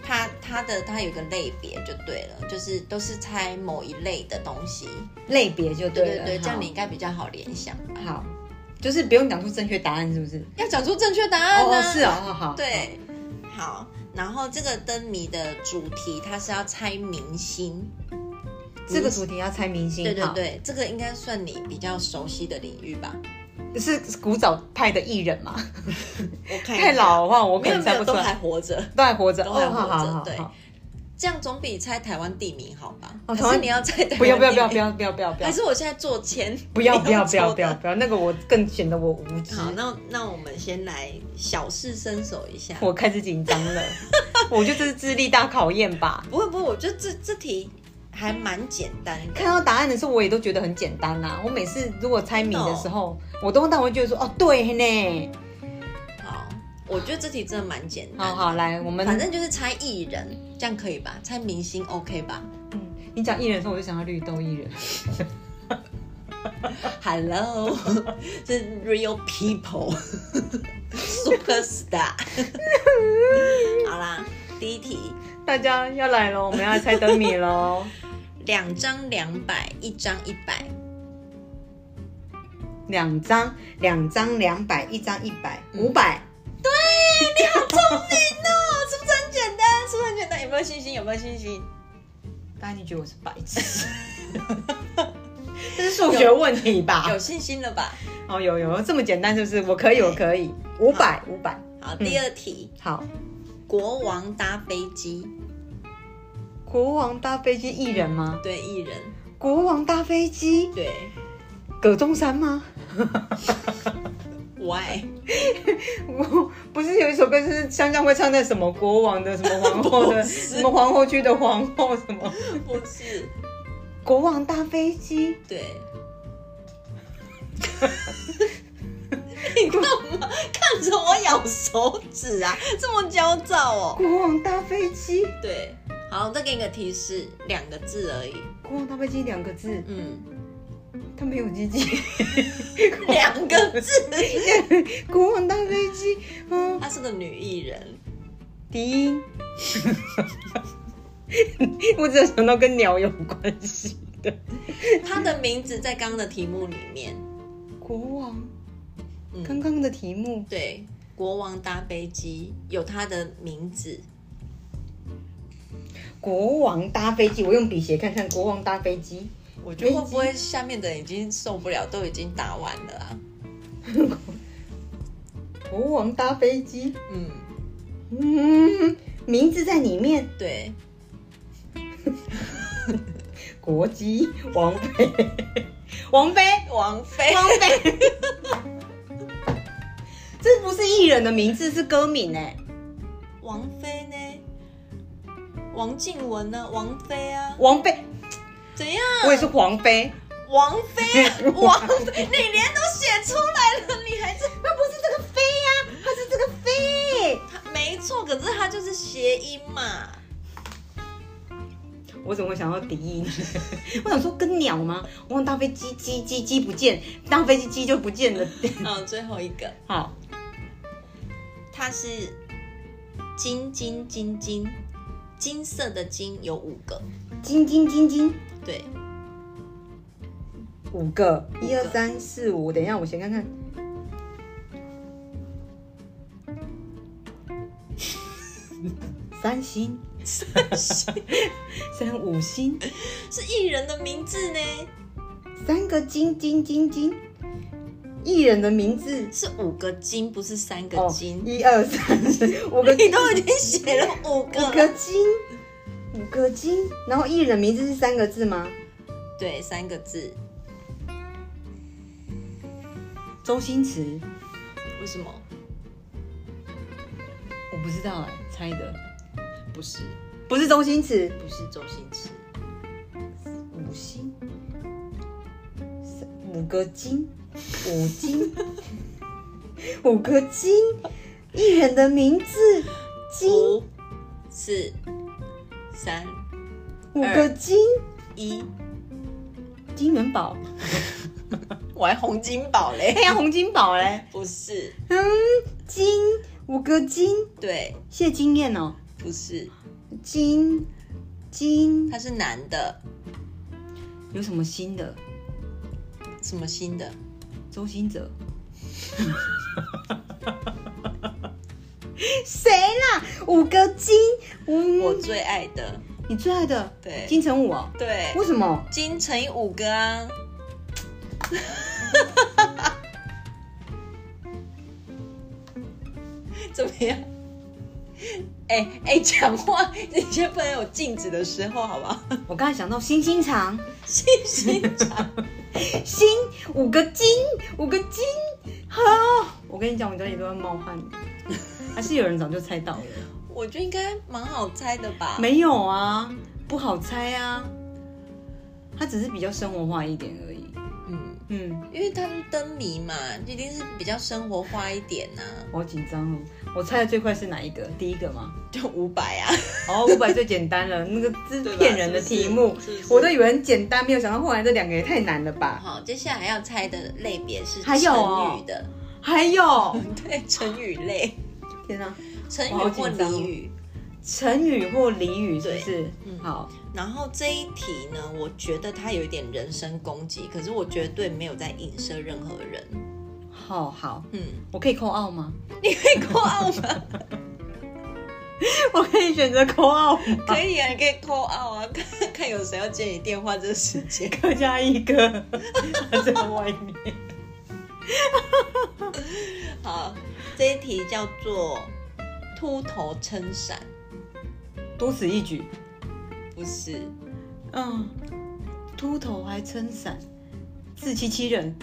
S2: 它它的它有个类别就对了，就是都是猜某一类的东西。
S1: 类别就对
S2: 对
S1: 嗯
S2: 对
S1: 了。
S2: 对，
S1: 好
S2: 这样你应该比较好联想。
S1: 好，就是不用讲出正确答案，是不是？
S2: 要讲出正确答案
S1: 哦，
S2: 啊！
S1: 是哦，好好。
S2: 对，好。然后这个灯谜的主题，它是要猜明星。
S1: 这个主题要猜明星，
S2: 对对
S1: 好
S2: 对，这个应该算你比较熟悉的领域吧？
S1: 是古早派的艺人嘛？
S2: 我看一下
S1: 太，老的话，我可
S2: 哎没有
S1: 能
S2: 没
S1: 猜不出
S2: 有，都
S1: 来
S2: 还。活着。
S1: 都还活着，
S2: 都还
S1: 哦好
S2: 活着
S1: 好好
S2: 对
S1: 好
S2: 这样总比猜台湾地名好吧？
S1: 哦台
S2: 可
S1: 湾
S2: 是你要猜台湾
S1: 不要不要不要
S2: *laughs* 地
S1: 不
S2: 名，
S1: 要不要不要不要
S2: 还是我现在做签？
S1: 不要不要不要
S2: 抽
S1: 不要
S2: 的
S1: 不要，那个我更显得我无知，
S2: 好，那那我们先来小试身手一下。
S1: 我开始紧张 *laughs* 了，我觉得这是智力大考验吧。
S2: 不会不会，我觉得这这题还蛮简单的。
S1: 看到答案的时候，我也都觉得很简单啦、我每次如果猜谜的时候，我都但我会觉得说，哦，对呢。
S2: 好，我觉得这题真的蛮简
S1: 好
S2: 单的。
S1: 好，来，我们
S2: 反正就是猜艺人，这样可以吧？猜明星 OK 吧
S1: 嗯你讲艺人的时候，我就想到绿豆艺人。
S2: ？Hello，这 *laughs* 是 real *laughs* people，super star。好啦，第一题，
S1: *laughs* 大家要来喽，我们要来猜灯谜喽。
S2: 两张两百，一张一百，
S1: *laughs* 两张，两张两百，一张一百，五百。
S2: 是不是很简单？是不是很简单？有没有信心？有没有信心？
S1: 大家你觉得我是白 *laughs* 痴？这是数学问题吧
S2: 有？信心了吧？
S1: 哦，有有这么简单是不是？我可以，我可以，五百五百，
S2: 好，第二题，
S1: 好。
S2: 国王搭飞机，
S1: 国王搭飞机艺人吗？
S2: 对艺人，
S1: 国王搭飞机，
S2: 对
S1: 葛中山吗？ *laughs*
S2: ，why？
S1: 我不是有一首歌，就是香香会唱那什么国王的什么皇后 *laughs* 的
S2: 不是
S1: 什么皇后区的皇后什么？
S2: 不是，
S1: 国王搭飞机，
S2: 对。 *laughs* 你干嘛看着我咬手指啊？这么焦躁哦。
S1: 国王搭飞机，
S2: 对，好，再给你个提示，两个字而已。
S1: 国王搭飞机两个字，
S2: 嗯，
S1: 他没有鸡 *laughs* 鸡。
S2: 两个字，
S1: *laughs* 国王搭飞机，嗯，
S2: 它是的女艺人，
S1: 第一， *laughs* 我只有想到跟鸟有关系的
S2: 她的名字在刚刚的题目里面，
S1: 国王。
S2: 嗯
S1: 刚刚的题目
S2: 对，国王搭飞机有她的名字，
S1: 国王搭飞机，我用笔写看看国王搭飞机。
S2: 我觉得会不会下面的人已经受不了，都已经打完了啊？
S1: 国王搭飞机，
S2: 嗯，
S1: 嗯，名字在里面，
S2: 对，
S1: 国机王妃， *laughs* 王妃，
S2: 王菲，
S1: 王妃， *laughs* 这不是艺人的名字，是歌名哎。
S2: 王菲呢？王静雯呢？王菲啊？
S1: 王妃，
S2: 怎样？
S1: 我也是皇妃，
S2: 王菲啊？王菲，你连都写出来了，你还是
S1: 那不是这个妃呀、它是这个妃。
S2: 她没错，可是它就是谐音嘛。
S1: 我怎么会想到敌意呢？ *laughs* 我想说跟鸟吗？我想搭飞机，鸡鸡鸡不见，搭飞机鸡就不见了。 *laughs*
S2: 好，最后一个，
S1: 好，
S2: 它是金金金金金色的金有五个，
S1: 金金金金。
S2: *laughs* 对，
S1: 五个，
S2: 五个
S1: 一二三四五，等一下，我先看看。三星，三五星，
S2: 是艺人的名字呢，
S1: 三个金金金金，艺人的名字哦
S2: 是五个金，不是三个金。
S1: 一二三四五个金，
S2: *laughs* 你都已经写了五个
S1: 五个金，五个金，然后艺人名字是三个字吗？
S2: 对，三个字。
S1: 周星驰，
S2: 为什么？
S1: 我不知道哎、猜的，
S2: 不是，
S1: 不是周星驰，
S2: 不是周星驰。
S1: 五星，三五个金，五 *laughs* 金，五个金，艺人的名字，金，
S2: 五、四、三、
S1: 五个金，
S2: 一，
S1: 金元宝，
S2: 我还洪金宝嘞
S1: 哎？呀，洪金宝嘞，
S2: *laughs* 不是，
S1: 嗯，金，五个金，
S2: 对，
S1: 谢金燕哦，
S2: 不是，
S1: 金，金，
S2: 他是男的，
S1: 有什么新的？
S2: 什么新的？
S1: 周星哲。谁啦？五个金，
S2: 我
S1: 嗯，
S2: 最爱的，
S1: 你最爱的
S2: 对，
S1: 金城武哦？
S2: 对，
S1: 为什么？
S2: 金乘以五个啊，怎么样？哎、哎、讲话你先不能有静止的时候，好不好？
S1: 我刚才想到星星长，
S2: 信息场，
S1: 星五个金，五个金，好，我跟你讲，我这里都在冒
S2: *laughs*
S1: 汗，还是有人早就猜到了？
S2: 我觉得应该蛮好猜的吧？
S1: 没有啊，不好猜啊，它只是比较生活化一点而已。
S2: 嗯，
S1: 嗯，
S2: 因为它是灯谜嘛，一定是比较生活化一点啊呐、
S1: 我好紧张哦，我猜的最快是哪一个？第一个吗？
S2: 就五百啊，
S1: 哦，五百最简单
S2: *laughs*
S1: 了，那个这
S2: 对吧
S1: 是骗人的题目，
S2: 是不是是不是啊
S1: 我都以为很简单，没有想到后来这两个也太难了吧？
S2: 好，接下来要猜的类别是
S1: 还
S2: 成
S1: 有哦
S2: 语的，
S1: 还
S2: *laughs*
S1: 有，
S2: 对，成语类。
S1: 天哪、
S2: 成
S1: 我好
S2: 语或
S1: 紧张哦
S2: 俚语。
S1: 成语或俚语是不
S2: 对
S1: 是？
S2: 嗯
S1: 好，
S2: 然后这一题呢，我觉得它有一点人身攻击，可是我绝对没有在影射任何人。
S1: 好好，
S2: 嗯，
S1: 我可以扣二吗？
S2: 你可以扣傲吗？
S1: *laughs* 我可以选择扣 *laughs* 二，
S2: 可以啊，你可以扣傲啊， *laughs* 看看有谁要接你电话这个时
S1: *laughs*
S2: 间。
S1: 客家一个他在外面。
S2: 好，这一题叫做秃头撑伞，
S1: 多此一举。
S2: 不是？
S1: 嗯，秃头还撑伞，自欺欺人。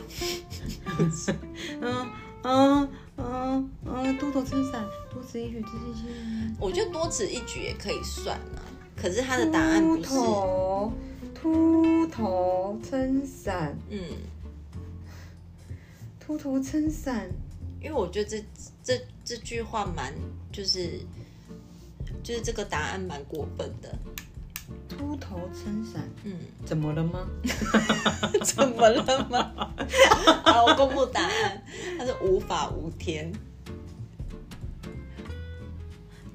S1: 嗯嗯嗯嗯，秃头撑伞，多此一举，自欺欺人。
S2: 我觉得多此一举也可以算啊，可是它的答案不是
S1: 秃。头，秃头撑伞，
S2: 嗯，
S1: 秃头撑伞。
S2: 因为我觉得这这这句话蛮就是就是这个答案蛮过分的。
S1: 秃头撑伞，
S2: 嗯，
S1: 怎么了 *laughs* 吗？
S2: 怎么了吗？好，我公布答案，它是无法无天。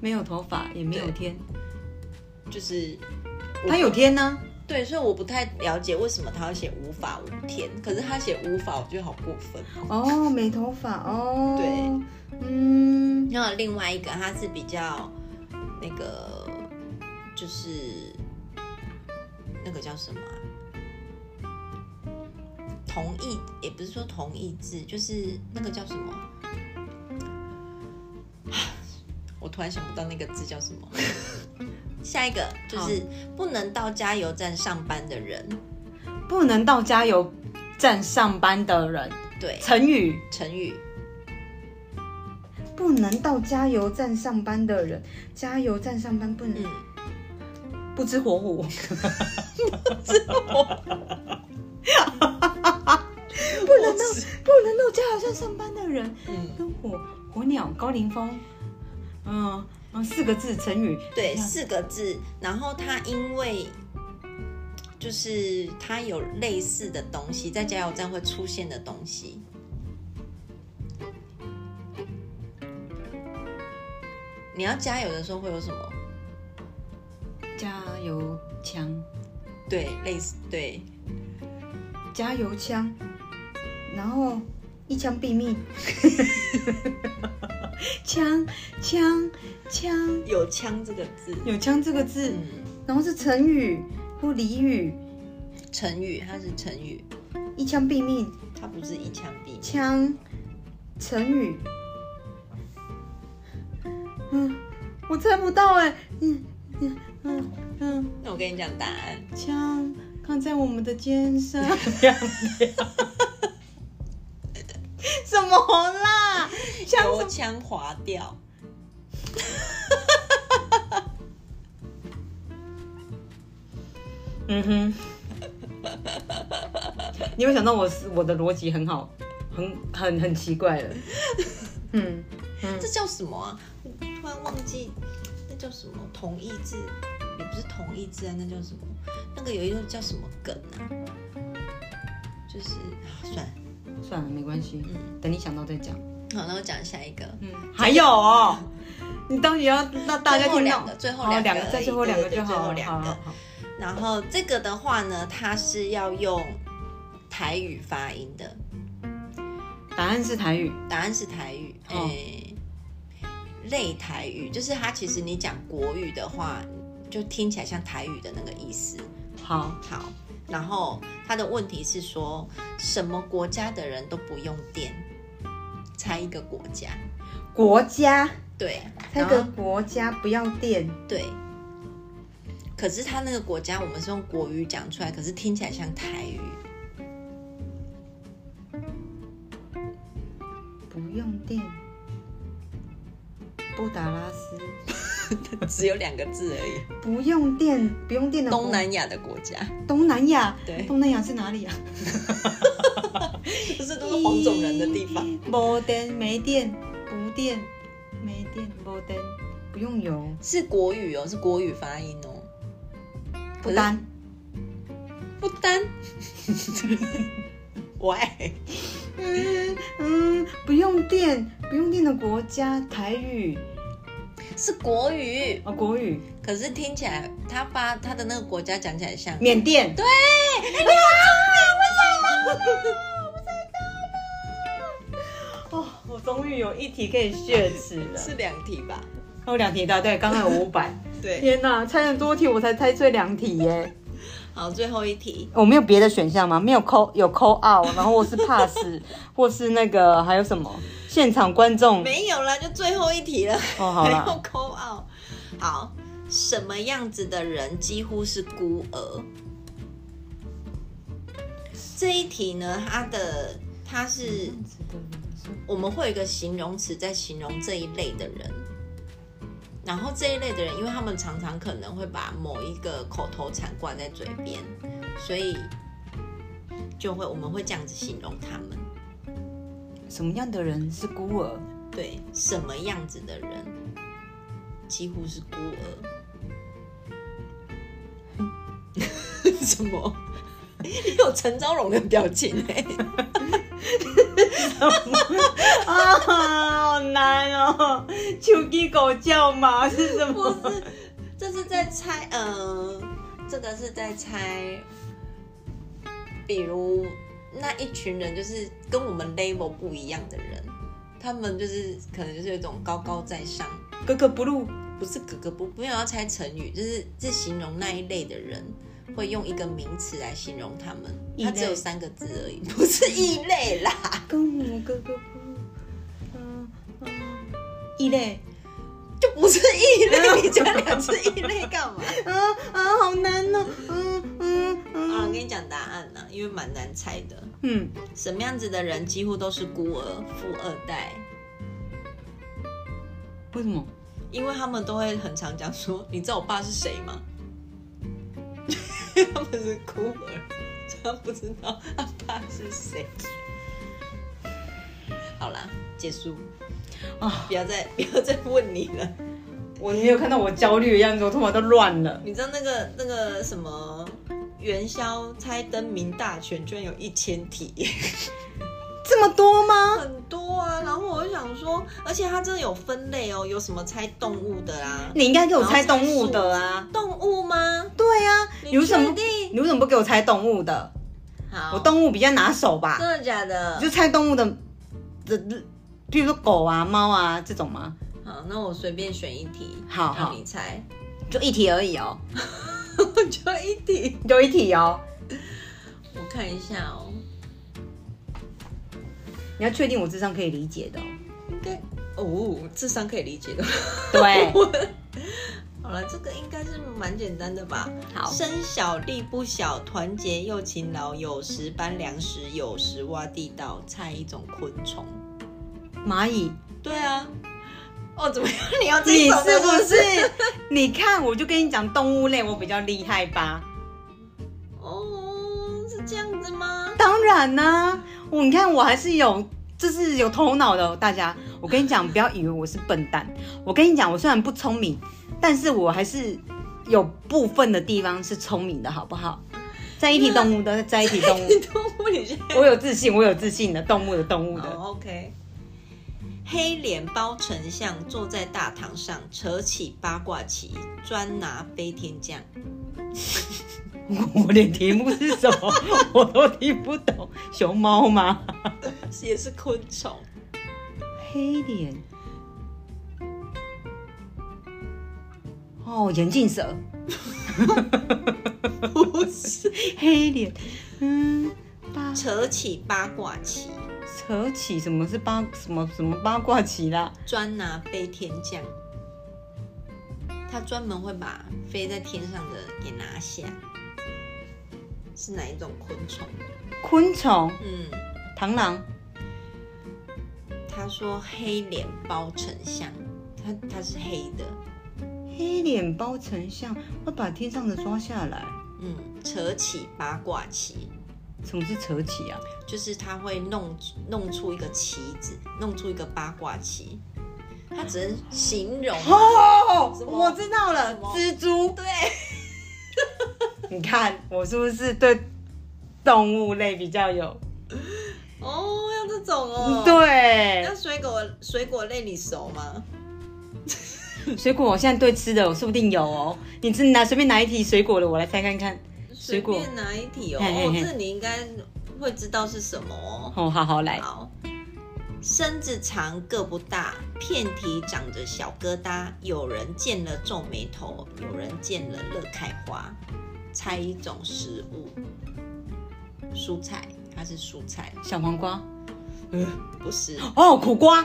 S1: 没有头发，也没有天，
S2: 就是
S1: 它有天呢、
S2: 对，所以我不太了解为什么他要写无法无天，可是他写无法，我觉得好过分。
S1: 哦，没头发哦。对，嗯，
S2: 然后另外一个他是比较那个，就是那个叫什么啊、啊同意也不是说同意制，就是那个叫什么？ *sighs* 我突然想不到那个字叫什么。 *laughs* 下一个就是不能到加油站上班的人，
S1: 不能到加油站上班的人，
S2: 对，
S1: 成语
S2: 成语
S1: 不能到加油站上班的人，加油站上班不能、
S2: 嗯
S1: 不知火舞， *laughs* 不能到不能到加油站上班的人，
S2: 嗯。
S1: 跟火火鸟高凌风，嗯嗯，四个字成语，
S2: 对，四个字。然后他因为就是他有类似的东西，在加油站会出现的东西，你要加油的时候会有什么？
S1: 加油枪，
S2: 对，类似对，
S1: 加油枪，然后一枪毙命， *laughs* 枪枪枪，
S2: 有“枪”这个字，
S1: 有枪这个字，
S2: 嗯，
S1: 然后是成语或俚语，
S2: 成语，它是成语，
S1: 一枪毙命，
S2: 它不是一枪毙命。
S1: 枪成语，嗯，我猜不到哎、嗯嗯嗯嗯。
S2: 那我跟你讲答案，
S1: 枪扛在我们的肩
S2: *laughs*
S1: 上。什么啦？枪
S2: 油
S1: 什么？
S2: 腔滑调。
S1: 嗯哼。你有没有想到我是我的逻辑很好，很很很奇怪的。嗯，
S2: 这叫什么啊？我突然忘记那叫什么同义字，也不是同义字啊，那叫什么？那个有一个叫什么梗啊？就是啊，算了，
S1: 算了，没关系，
S2: 嗯
S1: 等你想到再讲。
S2: 好，那我讲下一个。
S1: 嗯，还有哦，你到底要让大家
S2: 最后
S1: 听
S2: 两
S1: 到
S2: 个最后
S1: 好
S2: 两个
S1: 两个，
S2: 而
S1: 再
S2: 已
S1: 最后两个
S2: 对对
S1: 就
S2: 最后
S1: 好了。
S2: 两
S1: 好
S2: 个
S1: 好好
S2: 然后这个的话呢，它是要用台语发音的，
S1: 答案是台语。
S2: 答案是台语。诶、
S1: 哦
S2: 类台语就是它其实你讲国语的话，就听起来像台语的那个意思。
S1: 好，
S2: 好，然后他的问题是说，什么国家的人都不用电？猜一个国家，
S1: 国家，
S2: 对，
S1: 猜
S2: 然
S1: 个
S2: 后
S1: 国家不要电。
S2: 对。可是他那个国家，我们是用国语讲出来，可是听起来像台语。 *laughs*
S1: 不用电，布达拉斯
S2: 只有两个字而
S1: *laughs*
S2: 已。
S1: 不用电，不用电的国
S2: 东南亚的国家，
S1: 东南亚， *laughs*
S2: 对
S1: 东南亚是哪里啊？
S2: 这是都是黄种人的地方。
S1: 没电，没电，不电，没电，没电，不用油，
S2: 是国语哦，是国语发音哦。
S1: 不单，
S2: 不丹， *laughs* 喂，
S1: 嗯嗯，不用电，不用电的国家，台语
S2: 是国语，
S1: 啊、哦，国语，
S2: 可是听起来他发他的那个国家讲起来像
S1: 缅甸，对，哎哦，我终于有一题可以血耻了。
S2: 是两题吧？
S1: 还有两题答对，刚刚有五百。
S2: 对，
S1: 天哪，猜了多题，我才猜对两题耶！哦
S2: 好，最后一题，
S1: 我没有别的选项吗？没有扣有扣 out，然后我是 pass，或 *laughs* 是那个还有什么现场观众？
S2: 没有啦，就最后一题了，
S1: 哦，好
S2: 没 *laughs* 有
S1: 啦，
S2: 扣 out。好，什么样子的人几乎是孤儿？这一题呢，它的它是我们会有一个形容词在形容这一类的人。然后这一类的人，因为他们常常可能会把某一个口头禅挂在嘴边，所以就会我们会这样子形容他们。
S1: 什么样的人是孤 *laughs* 儿？
S2: 对，什么样子的人几乎是孤儿？ *laughs* 什么？ *laughs* 你有陈昭荣的表情欸 *laughs* 哎、
S1: 啊，好难哦！么？秋鸡狗叫吗？是什
S2: 不
S1: 么？
S2: 是，这是在猜，呃，这个是在猜，比如那一群人就是跟我们 label 不一样的人，他们就是可能就是有一种高高在上，
S1: 格格不入。
S2: 不是格格不不要猜成语，就是是形容那一类的人。会用一个名词来形容他们，
S1: 异
S2: 它
S1: 类
S2: 只有三个字而已，不是异类啦。 *laughs*
S1: 跟我格格不入。嗯嗯，异类。
S2: 就不是异类，你讲两次异类干嘛？
S1: 啊啊，好难哦。嗯嗯
S2: 啊，
S1: 嗯。
S2: 跟你讲答案啦、因为蛮难猜的。
S1: 嗯，
S2: 什么样子的人几乎都是孤儿、富二代，
S1: 为什么？
S2: 因为他们都会很常讲说：“你知道我爸是谁吗？” *laughs* 他们是孤儿，他不知道他爸是谁。好啦，结束
S1: 啊
S2: 不要再不要再问你了。
S1: 我没有看到我焦虑的样子，我头发都乱了。
S2: 你知道那个那个什么元宵猜灯谜大全，居然有一千题。 *laughs*
S1: 这么多吗？
S2: 很多啊，然后我就想说，而且它真的有分类哦，有什么猜动物的啊？
S1: 你应该给我猜动物的啊。
S2: 动物吗？
S1: 对啊，
S2: 你
S1: 你为什么
S2: 确定
S1: 你为什么不给我猜动物的？
S2: 好，
S1: 我动物比较拿手吧
S2: 真，的假的
S1: 你就？猜动物的的，比如说狗啊、猫啊这种吗？
S2: 好，那我随便选一题，
S1: 好好
S2: 让你猜， *laughs*
S1: 就一题而已哦，
S2: 我就一题，
S1: 就一题哦。
S2: 我看一下哦，
S1: 你要确定我智商可以理解的、哦。
S2: 应该哦，智商可以理解的。 *laughs*
S1: *laughs* 对，
S2: 好了，这个应该是蛮简单的吧？
S1: 好
S2: 身小力不小，团结又勤劳，有时搬粮食，有时挖地道，猜一种昆虫。
S1: 蚂蚁，
S2: 对啊，哦，怎么样？ *laughs* 你要自己
S1: 你
S2: 走
S1: 是
S2: 的
S1: 不
S2: 不
S1: 是？你看，我就跟你讲，动物类我比较厉害吧？
S2: 哦，是这样子吗？ *laughs*
S1: 当然啦、我你看我还是有，就是有头脑的哦。大家，我跟你讲，不要以为我是笨蛋。我跟你讲，我虽然不聪明，但是我还是有部分的地方是聪明的，好不好？在一体动物的，在一体 *laughs* 动物，
S2: 你动物你现在
S1: 我有自信，我有自信的，动物的，动物的，
S2: 哦，OK。黑脸包丞相坐在大堂上，扯起八卦旗，专拿飞天 *laughs* 将。
S1: 我连题目是什么我都听不懂。熊猫吗？
S2: 也是昆虫。
S1: 黑脸。哦，眼镜蛇，
S2: 不是，
S1: 黑脸，嗯，八
S2: 扯起八卦旗，
S1: 扯起什么是八什么什么八卦旗啦？
S2: 专拿飞天将。他专门会把飞在天上的给拿下。是哪一种昆虫？
S1: 昆虫、
S2: 嗯。
S1: 螳螂、
S2: 他说黑脸包丞相，他他是黑的，
S1: 黑脸包丞相会把天上的抓下来。
S2: 嗯，扯起八卦旗，
S1: 什么是扯起啊？
S2: 就是他会弄弄出一个旗子，弄出一个八卦旗，他只能形容。
S1: 哦
S2: 什么
S1: 我知道了
S2: 什，么
S1: 蜘蛛。
S2: 对，
S1: 你看我是不是对动物类比较有？
S2: 哦，要这种哦，，
S1: 对
S2: 那，水果水果类你熟吗？
S1: 水果我现在对吃的，我说不定有哦。你只拿随便拿一题水果的，我来猜看看。水果
S2: 随便拿一题哦，
S1: 嘿嘿嘿
S2: 哦，这你应该会知道是什么哦。
S1: 哦，好好来，
S2: 好，身子长个不大，片体长着小疙瘩。有人见了皱眉头，有人见了乐开花。猜一种食物，蔬菜，它是蔬菜，
S1: 小黄瓜。
S2: 嗯，不是。。
S1: 哦，苦瓜。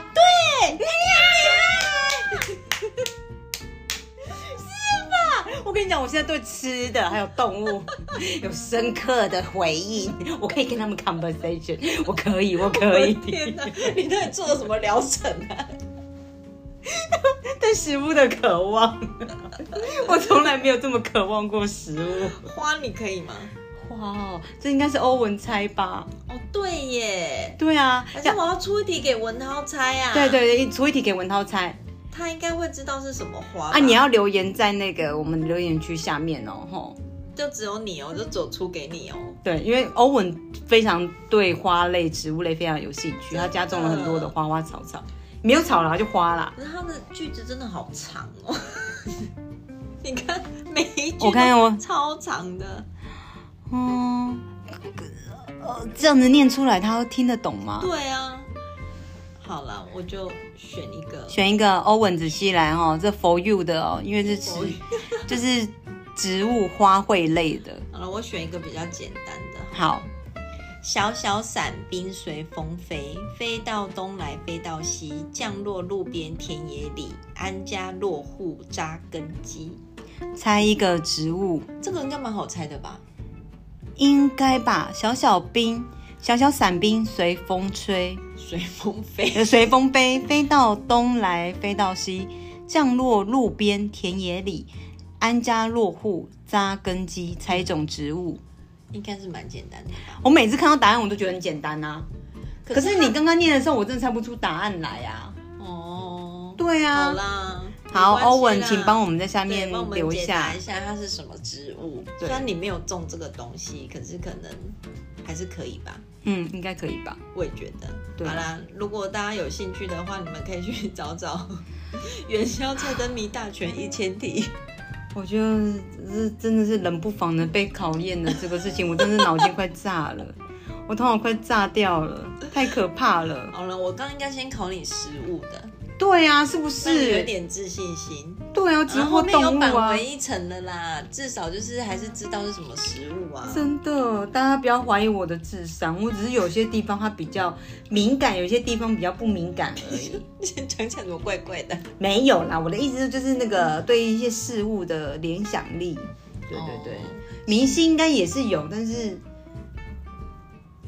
S1: 对， *laughs* 是吧？我跟你讲，我现在对吃的还有动物 *laughs* 有深刻的回忆，我可以跟他们 conversation，我可以，我 *laughs* 可以
S2: 天哪，你到底做了什么疗程
S1: *laughs*
S2: 啊？
S1: 对食物的渴望， *laughs* 我从来没有这么渴望过食物。
S2: 花你可以吗？
S1: 哇哦，这应该是欧文猜吧？
S2: 哦，对耶，
S1: 对啊，
S2: 还是
S1: 要
S2: 我要出一题给文涛猜啊？
S1: 对，对对，出一题给文涛猜
S2: 他应该会知道是什么花吧
S1: 啊！你要留言在那个我们留言区下面哦，吼。
S2: 就只有你哦，就走出给你哦。
S1: 对，因为欧文非常对花类、植物类非常有兴趣，他家种了很多的花花草草，没有草啦就花啦。
S2: 可是它的句子真的好长哦， *laughs* 你看每一句
S1: 我看哦
S2: 都
S1: 我
S2: 超长的，
S1: 哦，呃，这样子念出来，他听得懂吗？
S2: 对啊。好了，我就选一个，
S1: 选一个欧文子西兰哦，这 for you 的哦，因为是植
S2: 我
S1: *laughs* 就是植物花卉类的。
S2: 好了，我选一个比较简单的。
S1: 好，
S2: 小小伞，冰随风飞，飞到东来，飞到西，降落路边田野里，安家落户扎根基。
S1: 猜一个植物，
S2: 这个应该蛮好猜的吧？
S1: 应该吧？小小冰，小小伞冰随风吹，
S2: 随风飞，
S1: 呃 *coughs* 随风飞，飞到东来，飞到西，降落路边田野里，安家落户扎根基。猜一种植物，
S2: 应该是蛮简单的吧？
S1: 我每次看到答案我都觉得很简单啊，可是你
S2: 它
S1: 刚刚念的时候，我真的猜不出答案来啊。
S2: 哦，
S1: 对啊，
S2: 好啦，
S1: 好，
S2: 没关系啦
S1: 欧文，请帮我们在下
S2: 对
S1: 面
S2: 帮我们
S1: 留
S2: 解
S1: 下
S2: 答一。下它是什么植物。
S1: 对
S2: 虽然你没有种这个东西，可是可能还是可以吧。
S1: 嗯，应该可以吧？
S2: 我也觉
S1: 对啊
S2: 得。好啦，如果大家有兴趣的话，你们可以去找找 *laughs* 元宵菜灯谜大全一千题。
S1: 我觉得这真的是冷不防的被考验了这个事情，我真是脑筋快炸了，我头脑快炸掉了，太可怕了。
S2: 好了，我刚应该先考你食物的，
S1: *laughs* 对啊，是不
S2: 那你有
S1: 是？
S2: 点自信心。
S1: 对啊，
S2: 啊
S1: 植
S2: 后
S1: 物
S2: 面有
S1: 动
S2: 返
S1: 物啊
S2: 回，一层了啦，至少就是还是知道是什么食物啊。
S1: 真的，大家不要怀疑我的智商，我只是有些地方它比较敏感，有些地方比较不敏感而
S2: *laughs*
S1: 已。
S2: *laughs* 讲起来怎么怪怪的？
S1: 没有啦，我的意思就是那个对一些事物的联想力。对对对，
S2: 哦 *laughs*
S1: 明星应该也是有，但是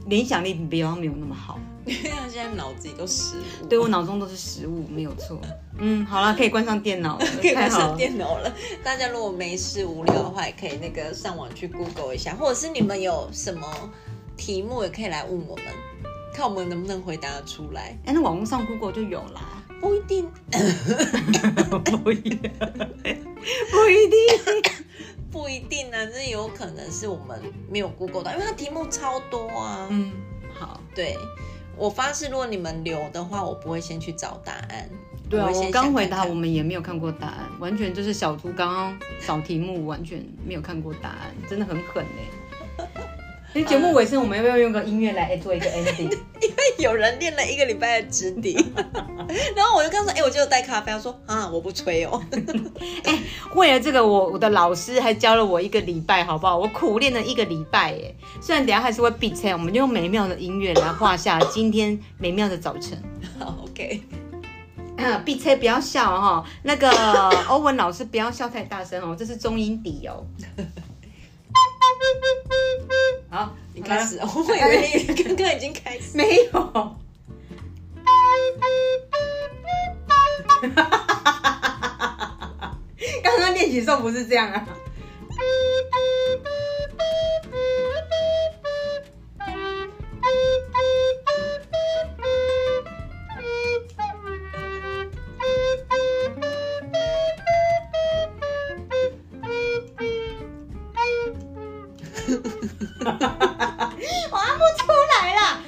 S1: 联想力比他没有那么好。
S2: 因为他现在脑子里都食物，
S1: 对我脑中都是食物，没有错。嗯，好了，可以关上电脑了，
S2: *laughs* 可以
S1: 太
S2: 关
S1: 好
S2: 上
S1: 了。
S2: 电脑了。大家如果没事无聊的话，也可以那个上网去 Google 一下，或者是你们有什么题目也可以来问我们，看我们能不能回答得出来。
S1: 哎、那网络上 Google 就有
S2: *laughs*
S1: 啦，
S2: 不一定，
S1: 不一定， *laughs* 不一定。
S2: 不一定呢、啊，这有可能是我们没有 Google 到，因为它题目超多啊。
S1: 嗯，好，
S2: 对，我发誓，如果你们留的话，我不会先去找答案。
S1: 对啊，
S2: 会先
S1: 我
S2: 想
S1: 刚回
S2: 看
S1: 答，
S2: 看
S1: 我们也没有看过答案，完全就是小猪刚刚找题目，完全没有看过答案，真的很狠哎、 *laughs* 欸。哎，节目尾声，我们要不要用个音乐来、哎做一 *laughs* 个 ending？
S2: *laughs* 有人练了一个礼拜的直笛， *laughs* 然后我就跟他说：“哎、我就有带咖啡。”他说：“啊，我不吹哦。 *laughs*
S1: 为了这个，我我的老师还教了我一个礼拜，好不好？我苦练了一个礼拜耶。虽然等一下还是会闭车，我们就用美妙的音乐来画下今天美妙的早晨。
S2: 好”OK，
S1: 啊， *coughs* 闭车不要笑哦，那个 *coughs* 欧文老师不要笑太大声哦，这是中音底哦。好，啊
S2: 你开始。我以为你刚刚已经
S1: *laughs*
S2: 开始。
S1: 没有。 *laughs* 刚刚练习的时候不是这样啊。我按不出来啦。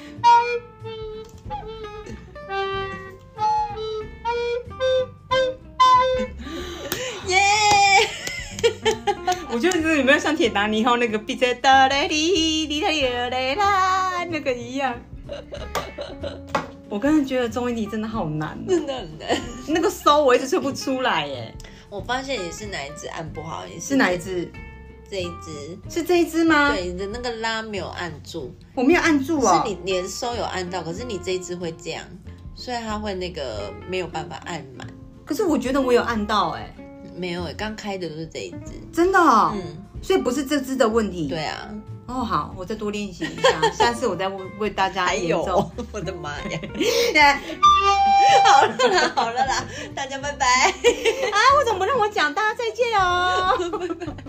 S2: 耶、
S1: 我觉得这有没有像铁达尼号那个闭着哒嘞哩哩啦哩嘞啦那个一样？我个人觉得中音笛真的好难哦、
S2: 真的很难。
S1: 那个收我一直吹不出来耶。
S2: 我发现你是哪一只按不好，你
S1: 是哪一啊只？
S2: 这一只？
S1: 是这一只吗？
S2: 对，你的那个拉没有按住，
S1: 我没有按住哦、
S2: 是你连收有按到，可是你这一只会这样，所以它会那个没有办法按满。
S1: 可是我觉得我有按到哎、
S2: 没有、欸，刚开的都是这一只。
S1: 真的、哦，
S2: 嗯，
S1: 所以不是这只的问题。
S2: 对啊，
S1: 哦，好，我再多练习一下， *laughs* 下次我再为为大家
S2: 还
S1: 演 *laughs*
S2: 有 *laughs* 啊
S1: 奏。，
S2: 哎我的妈呀！好了啦，好了啦，大家拜拜。
S1: 啊，为什么不让我讲？大家再见哦。